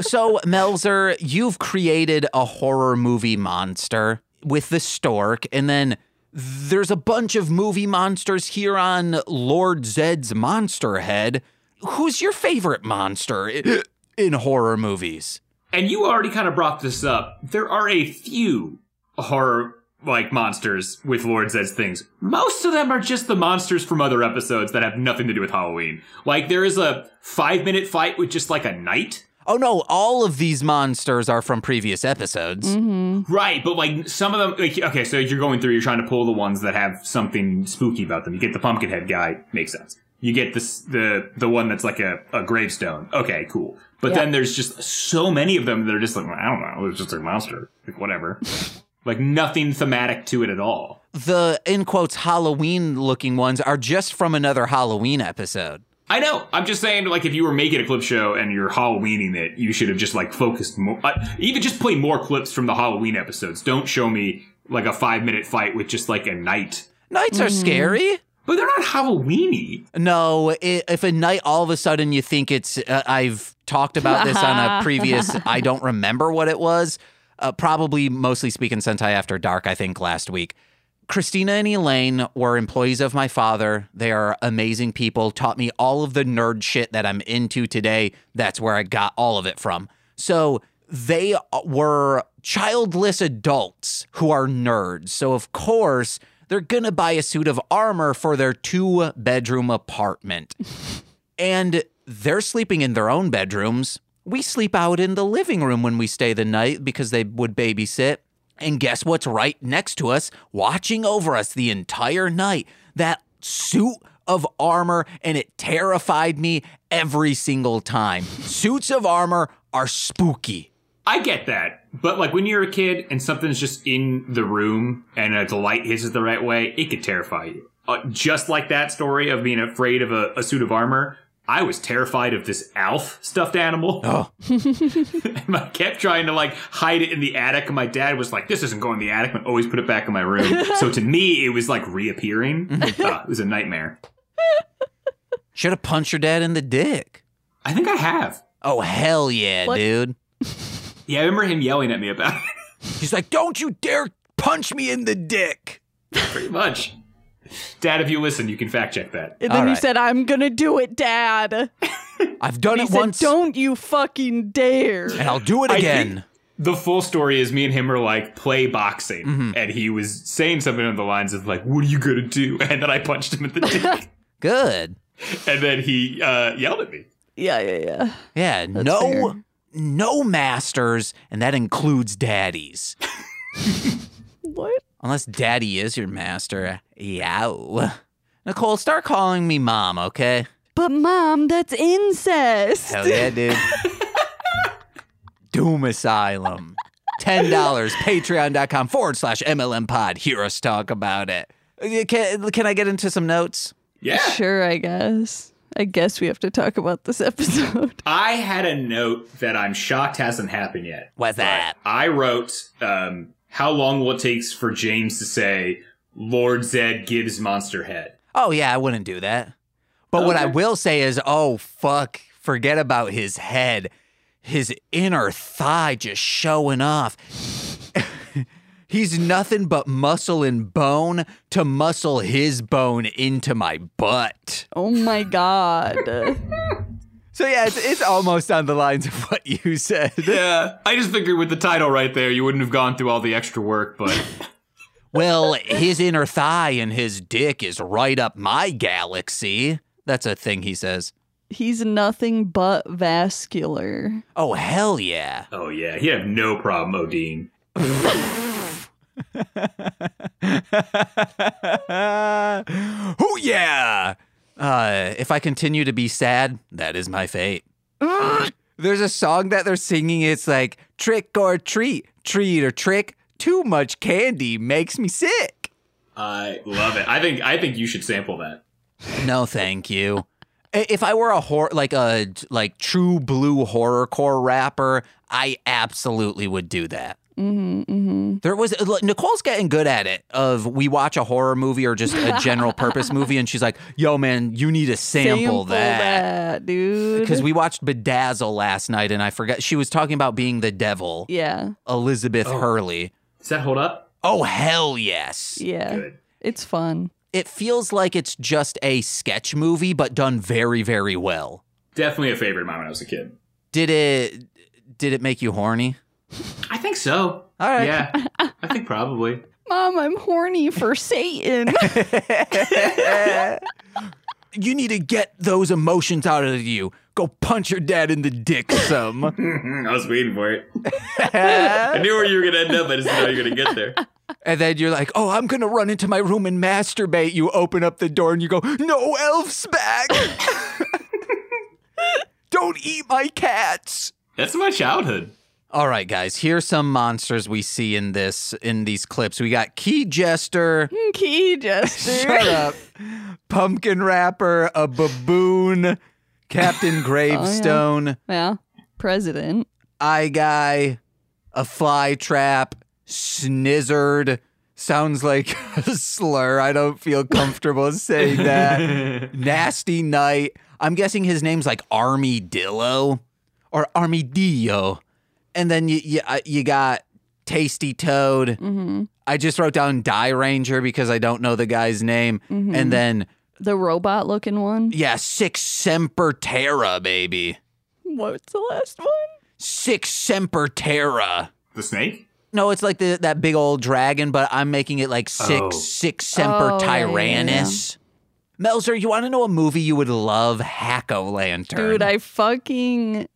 S1: So, Melzer, you've created a horror movie monster with the stork, and then there's a bunch of movie monsters here on Lord Zed's Monster Head. Who's your favorite monster i- in horror movies?
S5: And you already kind of brought this up. There are a few horror like monsters with Lord Zed's things. Most of them are just the monsters from other episodes that have nothing to do with Halloween. Like there is a five minute fight with just like a knight.
S1: Oh no, all of these monsters are from previous episodes.
S2: Mm. Mm-hmm.
S5: Right, but like some of them, like, okay, so you're going through, you're trying to pull the ones that have something spooky about them. You get the pumpkin head guy, makes sense. You get this, the the one that's like a, a gravestone. Okay, cool. But then there's just so many of them that are just like, I don't know, it's just a monster. Like, whatever. like, nothing thematic to it at all.
S1: The in quotes Halloween looking ones are just from another Halloween episode.
S5: I know. I'm just saying, like, if you were making a clip show and you're Halloweening it, you should have just, like, focused more. I, even just play more clips from the Halloween episodes. Don't show me, like, a five minute fight with just, like, a knight
S1: Nights are scary.
S5: But they're not Halloweeny.
S1: No, i if a night all of a sudden you think it's, uh, I've talked about this on a previous, I don't remember what it was, uh, probably mostly speaking Sentai After Dark, I think last week. Christina and Elaine were employees of my father. They are amazing people, taught me all of the nerd shit that I'm into today. That's where I got all of it from. So they uh, were childless adults who are nerds. So, of course, they're going to buy a suit of armor for their two bedroom apartment. and they're sleeping in their own bedrooms. We sleep out in the living room when we stay the night because they would babysit. And guess what's right next to us, watching over us the entire night? That suit of armor, and it terrified me every single time. Suits of armor are spooky.
S5: I get that. But like when you're a kid and something's just in the room and uh, the light hits it the right way, it could terrify you. Uh, just like that story of being afraid of a, a suit of armor, I was terrified of this Alf stuffed animal.
S1: Oh.
S5: and I kept trying to like hide it in the attic. And my dad was like, this isn't going in the attic, and always put it back in my room. so to me, it was like reappearing. Uh, it was a nightmare.
S1: Should have punched your dad in the dick.
S5: I think I have.
S1: Oh, hell yeah,
S2: What?
S1: dude.
S5: Yeah, I remember him yelling at me about it.
S1: He's like, don't you dare punch me in the dick.
S5: Pretty much. Dad, if you listen, you can fact check that.
S2: and then
S1: All
S2: he
S1: right.
S2: said, "I'm gonna do it, Dad." And
S1: I've done
S2: he
S1: it
S2: said,
S1: once,
S2: "Don't you fucking dare!"
S1: and I'll do it
S5: I
S1: again.
S5: think the full story is me and him are like play boxing, and he was saying something on the lines of like, "What are you gonna do?" And then I punched him in the dick,
S1: Good.
S5: and then he uh, yelled at me.
S2: Yeah, yeah, yeah.
S1: Yeah, no
S2: fair.
S1: no masters, and that includes daddies.
S2: What?
S1: Unless daddy is your master. Yow. Nicole, start calling me mom, okay?
S2: But mom, that's incest.
S1: Hell yeah, dude. Doom Asylum. $10, patreon.com forward slash MLM pod. Hear us talk about it. Uh, Can, can I get into some notes?
S5: Yeah,
S2: Sure, I guess. I guess we have to talk about this episode.
S5: I had a note that I'm shocked hasn't happened yet.
S1: What's that?
S5: I wrote, um, "How long will it take for James to say Lord Zed gives Monster Head?"
S1: Oh yeah, I wouldn't do that. But what I
S5: Okay.
S1: will say is, oh fuck, forget about his head. His inner thigh just showing off. He's nothing but muscle and bone to muscle his bone into my butt.
S2: oh my god.
S1: So yeah, it's, it's almost on the lines of what you said.
S5: Yeah, I just figured with the title right there, you wouldn't have gone through all the extra work, but.
S1: Well, his inner thigh and his dick is right up my galaxy. That's a thing he says.
S2: He's nothing but vascular.
S1: Oh hell yeah.
S5: Oh yeah, he'd have no problem, Odin.
S1: oh yeah. Uh, if I continue to be sad, that is my fate. There's a song that they're singing. It's like trick or treat, treat or trick. Too much candy makes me sick.
S5: I love it. I think I think you should sample that.
S1: No, thank you. I- If I were a horror, like a like true blue horrorcore rapper, I absolutely would do that.
S2: Mm-hmm, mm-hmm.
S1: There was uh, like, Nicole's getting good at it. Of we watch a horror movie or just a general purpose movie, and she's like, "Yo, man, you need to sample, that."
S2: dude.
S1: Because we watched Bedazzle last night, and I forgot she was talking about being the devil,
S2: yeah,
S1: Elizabeth Hurley.
S5: Does that hold up?
S1: Oh hell yes!
S2: yeah,
S5: Good.
S2: it's fun.
S1: It feels like it's just a sketch movie, but done very very well.
S5: Definitely a favorite of mine when I was a kid.
S1: Did it? Did it make you horny?
S5: I think so.
S1: All right.
S5: Yeah, I think probably.
S2: Mom, I'm horny for Satan.
S1: you need to get those emotions out of you. Go punch your dad in the dick some.
S5: I was waiting for it. I knew where you were gonna end up. I just didn't know you were gonna get there.
S1: And then you're like, oh, I'm going to run into my room and masturbate. You open up the door and you go, no elf's back. Don't eat my cats.
S5: That's my childhood.
S1: All right, guys, here's some monsters we see in this in these clips. We got Key Jester,
S2: Key Jester.
S1: shut up, Pumpkin Rapper, a baboon, Captain Gravestone,
S2: Yeah, president.
S1: Eye Guy, a fly trap, snizzard. Sounds like a slur. I don't feel comfortable saying that. Nasty Knight. I'm guessing his name's like Armadillo or Armadillo. And then you, you, uh, you got Tasty Toad. I just wrote down Die Ranger because I don't know the guy's name. And then,
S2: The robot looking one.
S1: yeah, Six Semper Terra, baby.
S2: What's the last one?
S1: Six Semper Terra.
S5: The snake.
S1: No, it's like the, that big old dragon, but I'm making it like six,
S5: Oh.
S1: six Semper
S2: Oh, yeah, yeah, yeah.
S1: Tyrannus. Melzer, you want to know a movie you would love? Hack O Lantern.
S2: Dude, I fucking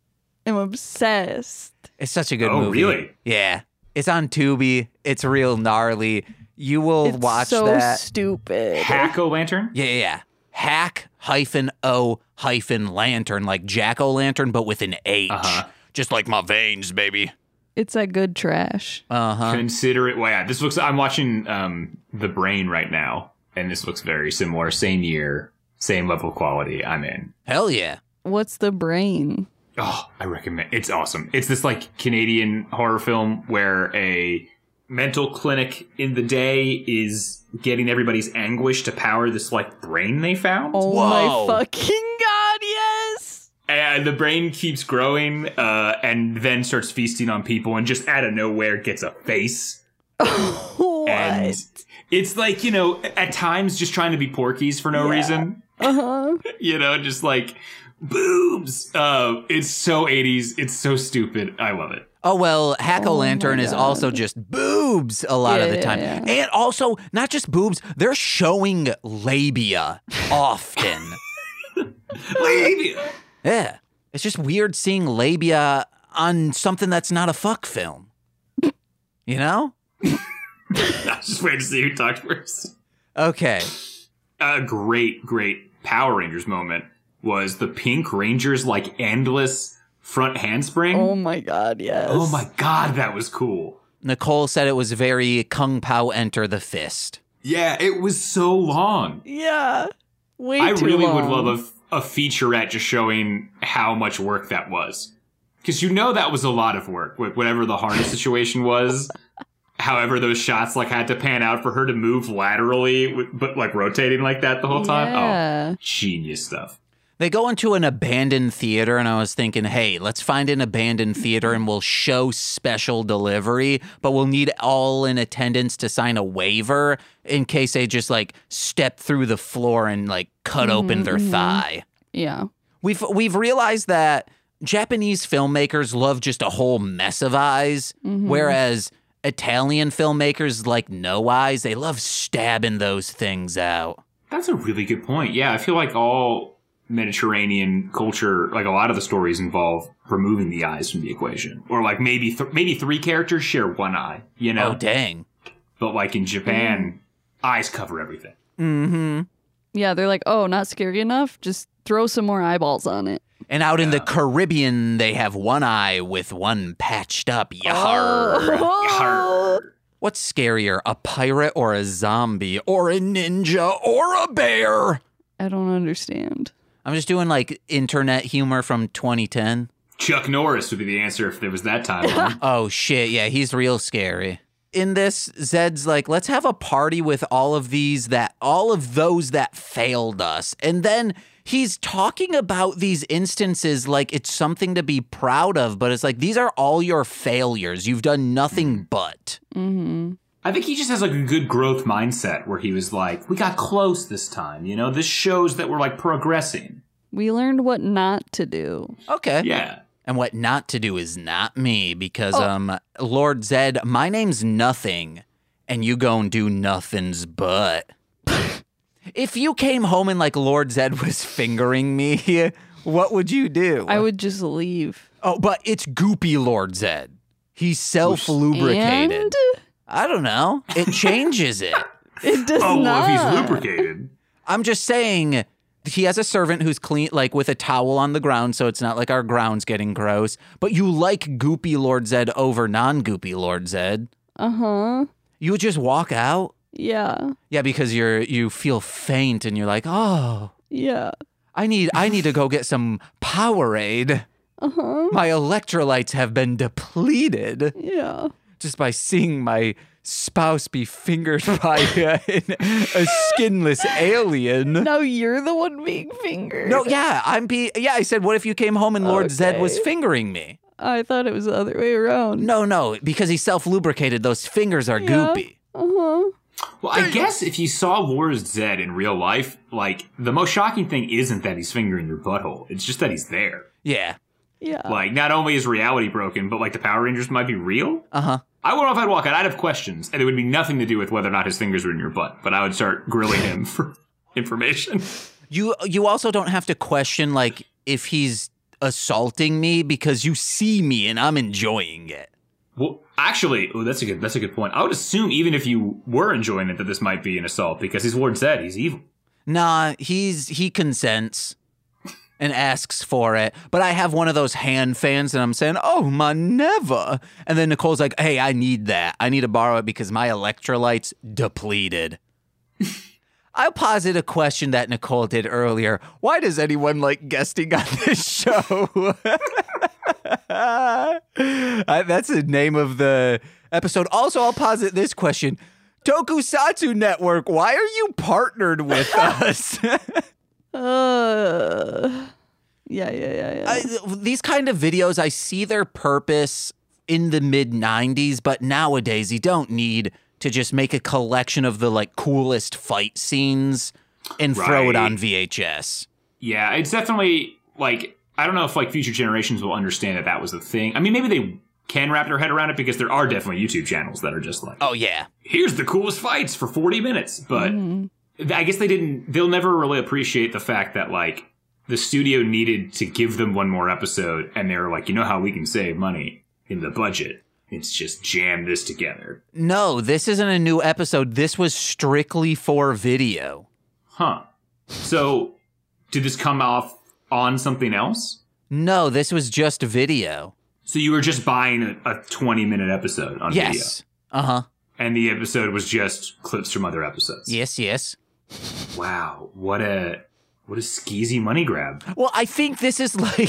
S2: am obsessed.
S1: it's such a good
S5: Oh,
S1: movie.
S5: really?
S1: Yeah. It's on Tubi. It's real gnarly. You will
S2: It's
S1: watch
S2: so
S1: that.
S2: stupid.
S5: Hack o lantern.
S1: yeah, yeah, yeah. Hack hyphen O hyphen lantern, like Jack O Lantern, but with an H.
S5: Uh-huh.
S1: Just like my veins, baby.
S2: It's that good trash.
S1: Uh
S5: Uh-huh.
S1: huh.
S5: Consider it. Well, yeah, this looks. I'm watching um, The Brain right now, and this looks very similar. Same year, same level of quality. I'm in.
S1: Hell yeah.
S2: What's the brain?
S5: Oh, I recommend. It's awesome. It's this like Canadian horror film where a mental clinic in the day is getting everybody's anguish to power this like brain they found.
S2: Oh
S1: Whoa.
S2: my fucking god, yes.
S5: And the brain keeps growing uh, and then starts feasting on people and just out of nowhere gets a face.
S2: What?
S5: And it's like, you know, at times just trying to be porkies for no reason.
S2: uh-huh.
S5: You know, just like boobs. Uh, it's so 80s. It's so stupid. I love it.
S1: Oh well, hack o lantern
S2: my
S1: is
S2: God.
S1: also just boobs a lot of
S2: Yeah,
S1: the
S2: yeah,
S1: time,
S2: yeah.
S1: and also not just boobs. They're showing labia often. yeah, it's just weird seeing labia on something that's not a fuck film. You know?
S5: I was just waiting to see who talked first.
S1: Okay.
S5: a great, great Power Rangers moment was the Pink Ranger's like endless front handspring.
S2: Oh my god, yes.
S5: Oh my god, that was cool.
S1: Nicole said it was very kung pao enter the fist.
S5: Yeah, it was so long.
S2: Yeah. Way
S5: I
S2: too
S5: really would
S2: long.
S5: love a, f- a featurette just showing how much work that was. Because you know that was a lot of work, wh- whatever the harness situation was. However, those shots like had to pan out for her to move laterally, w- but like rotating like that the whole time.
S2: Yeah.
S5: Oh, genius stuff.
S1: They go into an abandoned theater, and I was thinking, hey, let's find an abandoned theater and we'll show special delivery, but we'll need all in attendance to sign a waiver in case they just like step through the floor and like cut open their thigh.
S2: Yeah.
S1: We've we've realized that Japanese filmmakers love just a whole mess of eyes, whereas Italian filmmakers like no eyes. They love stabbing those things out.
S5: That's a really good point. Yeah, I feel like all Mediterranean culture, like a lot of the stories involve removing the eyes from the equation, or like maybe th- maybe three characters share one eye. You know,
S1: Oh dang.
S5: But like in Japan, eyes cover everything.
S1: Mm-hmm.
S2: Yeah, they're like, oh, not scary enough. Just throw some more eyeballs on it.
S1: And out in the Caribbean, they have one eye with one patched up. Yar.
S2: Oh!
S5: Yarr.
S1: What's scarier, a pirate or a zombie or a ninja or a bear?
S2: I don't understand.
S1: I'm just doing like internet humor from 2010.
S5: Chuck Norris would be the answer if there was that timeline.
S1: Oh shit, yeah, he's real scary. In this, Zed's like, let's have a party with all of these that all of those that failed us. And then he's talking about these instances like it's something to be proud of, but it's like these are all your failures. You've done nothing but.
S2: Mm-hmm.
S5: I think he just has like a good growth mindset where he was like, we got close this time. You know, this shows that we're like progressing.
S2: We learned what not to do.
S1: Okay.
S5: Yeah.
S1: And what not to do is not me because
S2: Oh.
S1: um Lord Zed, my name's nothing, and you go and do nothing's but. if you came home and like Lord Zed was fingering me, what would you do?
S2: I would just leave.
S1: oh, but it's goopy Lord Zed. He's self lubricated.
S2: And
S1: I don't know. It changes it.
S2: it does
S5: Oh, well,
S2: not.
S5: if he's lubricated.
S1: I'm just saying he has a servant who's clean like with a towel on the ground so it's not like our ground's getting gross but you like goopy lord zed over non-goopy lord zed
S2: Uh huh.
S1: you just walk out
S2: Yeah.
S1: yeah because you're you feel faint and you're like oh
S2: Yeah.
S1: i need i need to go get some powerade
S2: Uh huh.
S1: my electrolytes have been depleted
S2: Yeah.
S1: just by seeing my spouse be fingered by uh, an- a skinless alien
S2: Now you're the one being fingered.
S1: No, yeah, I'm be yeah, I said what if you came home and Lord Zed was
S2: Okay.
S1: fingering me?
S2: I thought it was the other way around.
S1: No, no, because he self-lubricated, those fingers are goopy.
S2: Uh huh.
S5: Well, I guess if you saw Lord Zed in real life, like the most shocking thing isn't that he's fingering your butthole. It's just that he's there.
S1: Yeah.
S2: Yeah.
S5: Like, not only is reality broken, but like the Power Rangers might be real.
S1: Uh-huh.
S5: I wouldn't know if I'd walk out. I'd have questions, and it would be nothing to do with whether or not his fingers were in your butt. But I would start grilling him for information.
S1: You you also don't have to question like if he's assaulting me because you see me and I'm enjoying it.
S5: Well, actually, oh, that's a good that's a good point. I would assume even if you were enjoying it, that this might be an assault because he's Lord Zed. He's evil.
S1: Nah, he's he consents and asks for it. But I have one of those hand fans and I'm saying, "Oh, my never." And then Nicole's like, "Hey, I need that. I need to borrow it because my electrolytes depleted." I posit a question that Nicole did earlier. Why does anyone like guesting on this show? I, that's the name of the episode. Also, I'll posit this question. Tokusatsu Network, why are you partnered with us?
S2: Uh. Yeah. Yeah. Yeah. Yeah.
S1: I, these kind of videos, I see their purpose in the mid 90s, but nowadays you don't need to just make a collection of the like coolest fight scenes and throw it
S5: Right.
S1: on VHS.
S5: Yeah, it's definitely like I don't know if like future generations will understand that that was the thing. I mean, maybe they can wrap their head around it because there are definitely YouTube channels that are just like,
S1: Oh, yeah.
S5: here's the coolest fights for 40 minutes. But
S2: Mhm.
S5: I guess they didn't, they'll never really appreciate the fact that, like, the studio needed to give them one more episode, and they were like, you know how we can save money in the budget? It's just jam this together.
S1: No, this isn't a new episode. This was strictly for video.
S5: Huh. So, did this come off on something else?
S1: No, this was just video.
S5: So, you were just buying a, a 20 minute episode on video.
S1: Yes. Uh huh.
S5: And the episode was just clips from other episodes.
S1: Yes, yes.
S5: Wow. What a. What a skeezy money grab.
S1: Well, I think this is like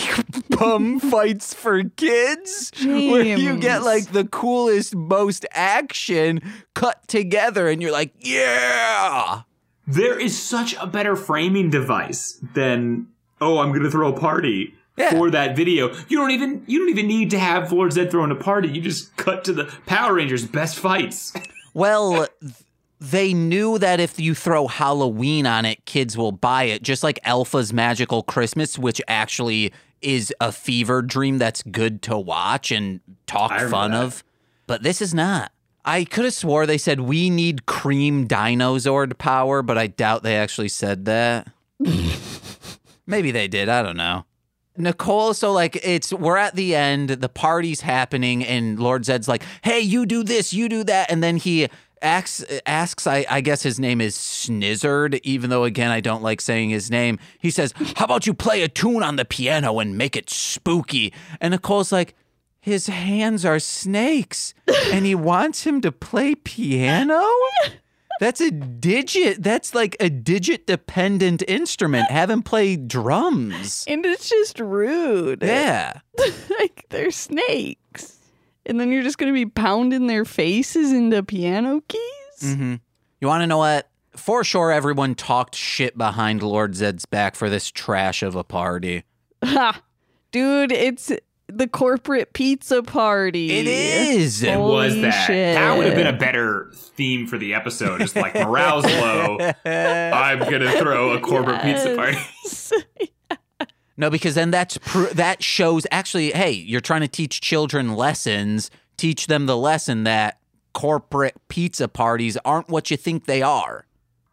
S1: bum fights for kids, where you get
S2: James.
S1: like the coolest, most action cut together, and you're like, yeah.
S5: There is such a better framing device than oh, I'm going to throw a party
S1: Yeah.
S5: for that video. You don't even you don't even need to have Lord Zed throwing a party. You just cut to the Power Rangers best fights.
S1: Well, th- they knew that if you throw Halloween on it, kids will buy it, just like Alpha's Magical Christmas, which actually is a fever dream that's good to watch and talk
S5: I remember
S1: fun
S5: that.
S1: of. But this is not. I could have swore they said we need cream dinosaur power, but I doubt they actually said that. Maybe they did. I don't know. Nicole, so like it's we're at the end, the party's happening, and Lord Zed's like, "Hey, you do this, you do that," and then he asks, asks I, I guess his name is Snizzard, even though, again, I don't like saying his name. He says, How about you play a tune on the piano and make it spooky? And Nicole's like, His hands are snakes, and he wants him to play piano? That's a digit. That's like a digit dependent instrument. Have him play drums.
S2: And it's just rude.
S1: Yeah.
S2: like they're snakes. And then you're just going to be pounding their faces into piano keys?
S1: Mm. Mm-hmm. You want to know what? For sure, everyone talked shit behind Lord Zed's back for this trash of a party.
S2: Ha! Dude, it's the corporate pizza party.
S1: It is.
S5: It was
S2: Holy
S5: that.
S2: shit.
S5: That would have been a better theme for the episode. Just like morale's low. I'm gonna throw a corporate pizza party.
S1: No, because then that's pr- that shows actually. Hey, you're trying to teach children lessons. Teach them the lesson that corporate pizza parties aren't what you think they are.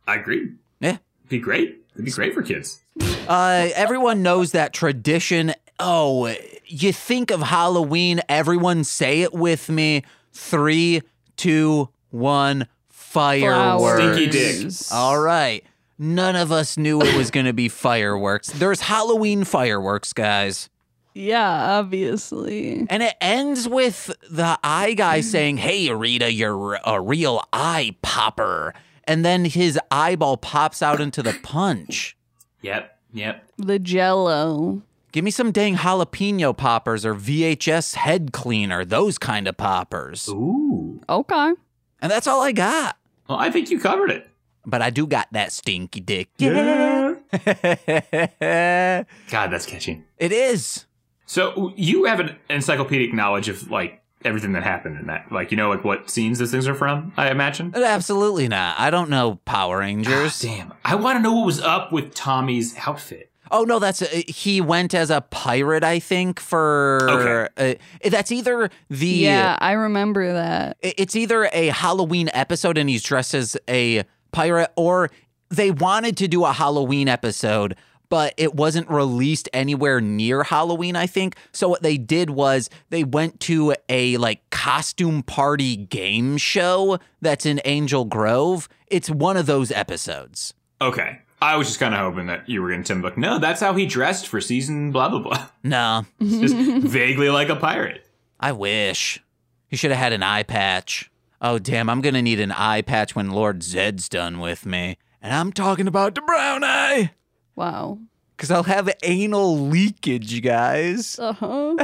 S5: I agree.
S1: Yeah.
S5: Be great. It'd be great for kids.
S1: Uh, everyone knows that tradition. Oh, you think of Halloween. Everyone say it with me. Three, two, one. Fireworks.
S5: Stinky dick.
S1: All right. None of us knew it was going to be fireworks. There's Halloween fireworks, guys.
S2: Yeah, obviously.
S1: And it ends with the eye guy saying, Hey, Rita, you're a real eye popper. And then his eyeball pops out into the punch.
S5: Yep. Yep.
S2: The jello.
S1: Give me some dang jalapeno poppers or VHS head cleaner, those kind of poppers.
S5: Ooh.
S2: Okay.
S1: And that's all I got.
S5: Well, I think you covered it.
S1: But I do got that stinky dick.
S5: Yeah.
S1: it
S5: God, that's catching.
S1: is.
S5: So you have an encyclopedic knowledge of like everything that happened in that. Like you know like what scenes those things are from, I
S1: Uh,
S5: imagine.
S1: Absolutely not. I don't know Power Rangers.
S5: Damn. I wanna know what was up with Tommy's outfit.
S1: Oh no, that's uh he went as a pirate, I think. For uh, that's either the
S2: Yeah, I remember that.
S1: i- it's either a Halloween episode and he's dressed as a pirate, or they wanted to do a Halloween episode, but it wasn't released anywhere near Halloween, I think. So what they did was they went to a like costume party game show that's in Angel Grove. It's one of those episodes.
S5: Okay. I was just kinda hoping that you were gonna tell me like, no, that's how he dressed for season blah blah blah.
S1: Nah,
S5: just vaguely like a pirate.
S1: I wish. He should have had an eye patch. Oh, damn, I'm going to need an eye patch when Lord Zed's done with me. And I'm talking about the brown eye.
S2: Wow.
S1: Because I'll have anal leakage, guys.
S2: Uh
S1: Uh-huh.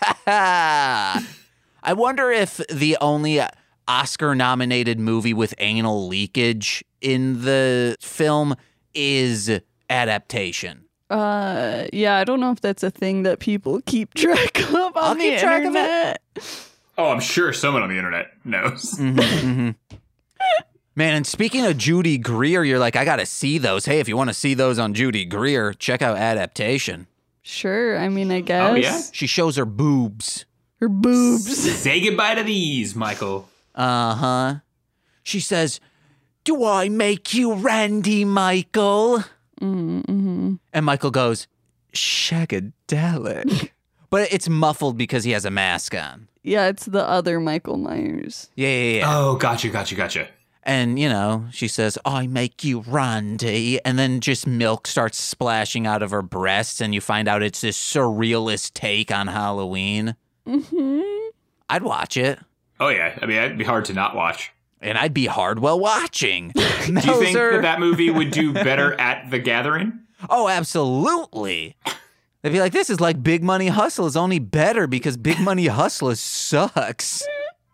S2: huh.
S1: I wonder if the only Oscar nominated movie with anal leakage in the film is adaptation.
S2: Uh, yeah, I don't know if that's a thing that people keep track of. On
S1: I'll
S2: the
S1: keep track of it.
S2: internet.
S5: Oh, I'm sure someone on the internet knows.
S1: Mm-hmm, Man, and speaking of Judy Greer, you're like, I got to see those. Hey, if you want to see those on Judy Greer, check out adaptation.
S2: Sure. I mean, I guess.
S5: Oh, yeah?
S1: She shows her boobs.
S2: Her boobs.
S5: Say goodbye to these, Michael.
S1: Uh huh. She says, Do I make you Randy Michael? Mm-hmm. And Michael goes, Shagadelic. but it's muffled because he has a mask on.
S2: Yeah, it's the other Michael Myers.
S1: Yeah, yeah, yeah.
S5: Oh, gotcha, gotcha, gotcha.
S1: and, you know, she says, I make you Randy. And then just milk starts splashing out of her breasts, and you find out it's this surrealist take on Halloween.
S2: hmm
S1: I'd watch it.
S5: Oh yeah, I mean, it'd be hard to not watch.
S1: And I'd be Hardwell watching.
S5: Do you think that that movie would do better at The Gathering?
S1: Oh, absolutely. They'd be like, this is like Big Money Hustle is only better because Big Money Hustle sucks.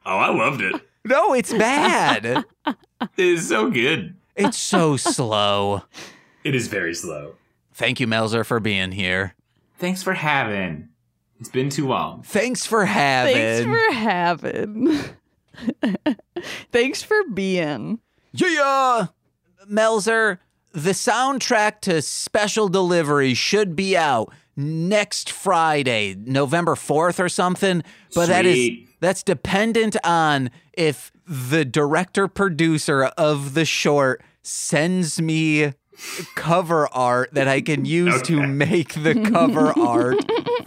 S5: Oh, I loved it.
S1: No, it's bad.
S5: It is so good.
S1: It's so slow.
S5: It is very slow.
S1: Thank you, Melzer, for being here.
S5: Thanks for having. It's been too long.
S1: Thanks for having.
S2: Thanks for having. Thanks for being.
S1: yeah. Melzer, the soundtrack to Special Delivery should be out next Friday, November 4th or something, but that is
S5: Sweet.
S1: that's dependent on if the director producer of the short sends me cover art that I can use to
S5: Okay.
S1: make the cover art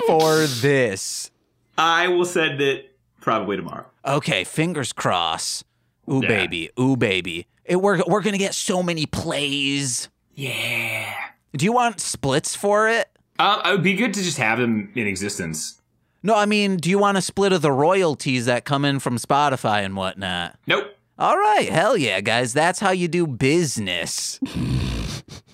S1: for this.
S5: I will send it probably tomorrow.
S1: Okay, fingers crossed. Ooh
S5: Yeah.
S1: baby, ooh baby. It, we're we're gonna get so many plays.
S5: Yeah.
S1: Do you want splits for it?
S5: Uh, it would be good to just have them in existence.
S1: No, I mean, do you want a split of the royalties that come in from Spotify and whatnot?
S5: Nope.
S1: All right, hell yeah, guys. That's how you do business.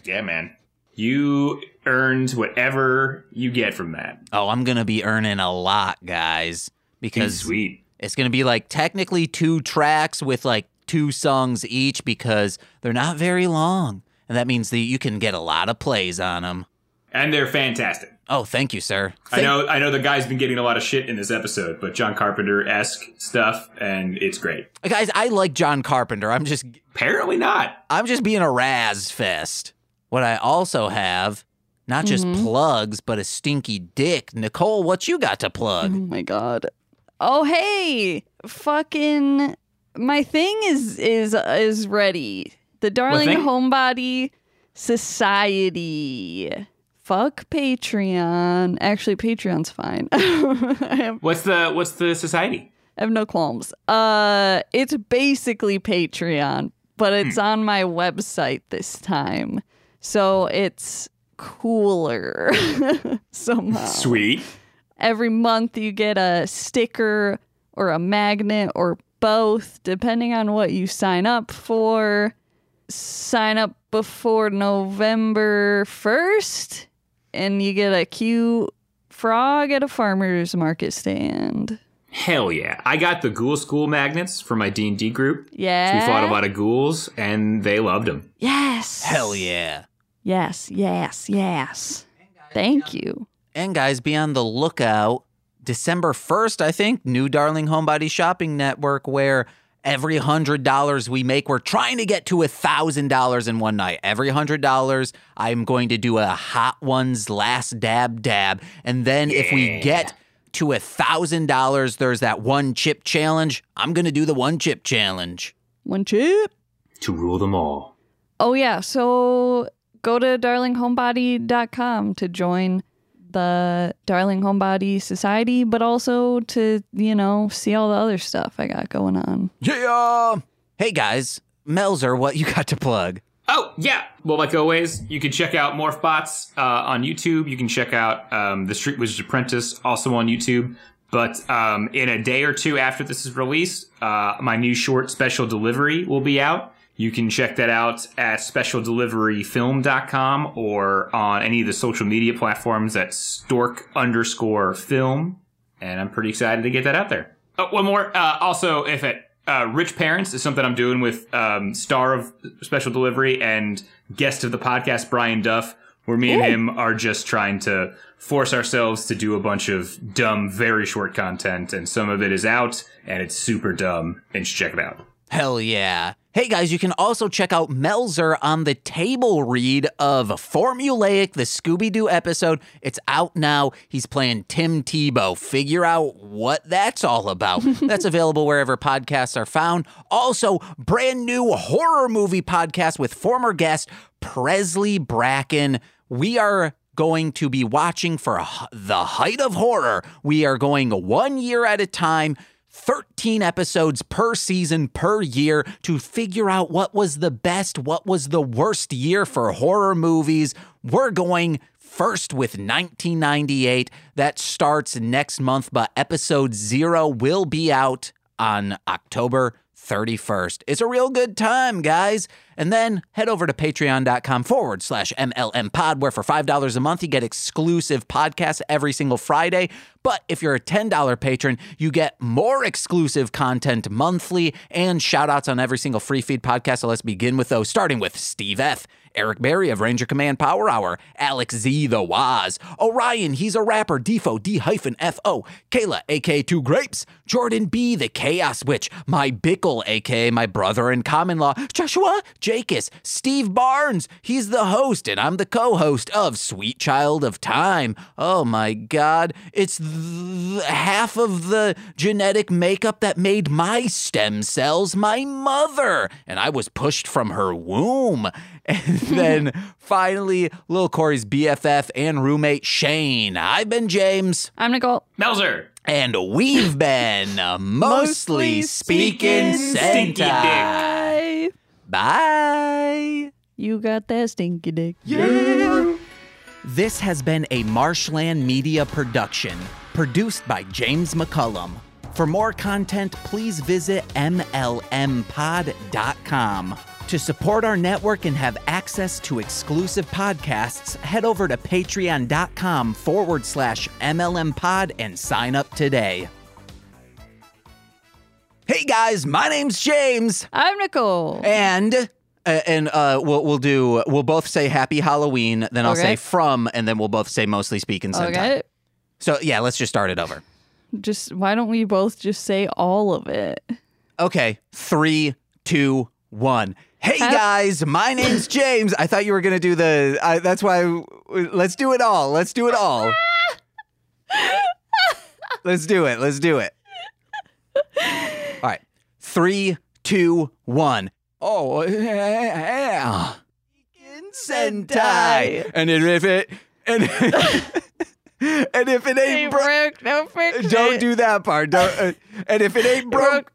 S5: Yeah, man. You earned whatever you get from that.
S1: Oh, I'm gonna be earning a lot, guys,
S5: That's
S1: because
S5: sweet.
S1: It's going to be like technically two tracks with like two songs each because they're not very long. And that means that you can get a lot of plays on them.
S5: And they're fantastic.
S1: Oh, thank you, sir.
S5: I know I know the guy's been getting a lot of shit in this episode, but John Carpenter esque stuff and it's great.
S1: Guys, I like John Carpenter. I'm just
S5: Apparently not.
S1: I'm just being a razz fest. What I also have, not just plugs, but a stinky dick. Nicole, what you got to plug?
S2: Oh my god. Oh hey, fucking my thing is is is ready. The Darling
S5: thing?
S2: Homebody Society. Fuck Patreon. Actually, Patreon's fine. I have
S5: What's the what's the society?
S2: I have no qualms. Uh, it's basically Patreon, but
S5: Hmm.
S2: it's on my website this time, so it's cooler somehow.
S5: Sweet.
S2: Every month you get a sticker or a magnet or both, depending on what you sign up for. Sign up before November 1st, and you get a cute frog at a farmer's market stand.
S5: Hell yeah. I got the ghoul school magnets for my D and D group.
S2: Yeah.
S5: We fought a lot of ghouls and they loved them.
S2: Yes.
S1: Hell yeah.
S2: Yes, yes, yes. Thank you.
S1: And guys, be on the lookout. December 1st, I think, new Darling Homebody Shopping Network, where every $100 we make, we're trying to get to $1,000 in one night. Every $100, I'm going to do a Hot Ones last dab dab. And then if we get to $1,000, there's that one chip challenge. I'm going to do the one chip challenge.
S2: One chip.
S5: To rule them all.
S2: Oh, yeah. So go to darlinghomebody.com to join the Darling Homebody Society, but also to, you know, see all the other stuff I got going on.
S1: Yeah. Hey, guys, Melzer, what you got to plug?
S5: Oh, yeah. Well, like always, you can check out MorphBots uh, on YouTube. You can check out um, The Street Wizard's Apprentice, also on YouTube. But um, in a day or two after this is released, uh, my new short, Special Delivery, will be out. You can check that out at specialdeliveryfilm.com or on any of the social media platforms at stork underscore film and I'm pretty excited to get that out there. Oh, one more. Uh, also, if it uh, Rich Parents is something I'm doing with um, star of Special Delivery and guest of the podcast Brian Duff, where me and him are just trying to force ourselves to do a bunch of dumb, very short content, and some of it is out and it's super dumb. And you should check it out.
S1: Hell yeah. Hey guys, you can also check out Melzer on the table read of Formulaic, the Scooby Doo episode. It's out now. He's playing Tim Tebow. Figure out what that's all about. that's available wherever podcasts are found. Also, brand new horror movie podcast with former guest Presley Bracken. We are going to be watching for h- the height of horror. We are going one year at a time. 13 episodes per season per year to figure out what was the best, what was the worst year for horror movies. We're going first with 1998. That starts next month, but episode zero will be out on October 31st. It's a real good time, guys. And then head over to patreon.com forward slash MLM pod, where for $5 a month, you get exclusive podcasts every single Friday. But if you're a $10 patron, you get more exclusive content monthly and shout outs on every single free feed podcast. So let's begin with those, starting with Steve F. Eric Berry of Ranger Command Power Hour, Alex Z the Waz, Orion, he's a rapper, Defo, D hyphen F O, Kayla, aka Two Grapes, Jordan B the Chaos Witch, My Bickle, aka my brother in common law, Joshua Jakis, Steve Barnes, he's the host and I'm the co-host of Sweet Child of Time. Oh my god, it's th- half of the genetic makeup that made my stem cells my mother, and I was pushed from her womb. And then finally, Lil Corey's BFF and roommate Shane. I've been James.
S2: I'm Nicole.
S5: Melzer.
S1: And we've been uh, mostly speaking
S5: speaking stinky
S1: Sentai.
S2: Bye.
S1: Bye.
S2: You got that stinky dick.
S1: This has been a Marshland Media production, produced by James McCullum. For more content, please visit MLMpod.com. To support our network and have access to exclusive podcasts, head over to patreon.com forward slash MLMpod and sign up today. Hey guys, my name's James.
S2: I'm Nicole.
S1: And uh, and uh, we'll we'll do we'll both say Happy Halloween. Then I'll
S2: Okay.
S1: say from, and then we'll both say mostly speaking Sentai.
S2: okay.
S1: So yeah, let's just start it over.
S2: Just why don't we both just say all of it?
S1: Okay, three, two, one. Hey
S2: Hap-
S1: guys, my name's James. I thought you were gonna do the. I, that's why. Let's do it all. Let's do it all. let's do it. Let's do it. All right, three, two, one. Oh, yeah. Sentai. And then if it and and if it ain't broke,
S2: Don't fix
S1: don't
S2: it.
S1: do that part. Don't. uh, and if it ain't broke,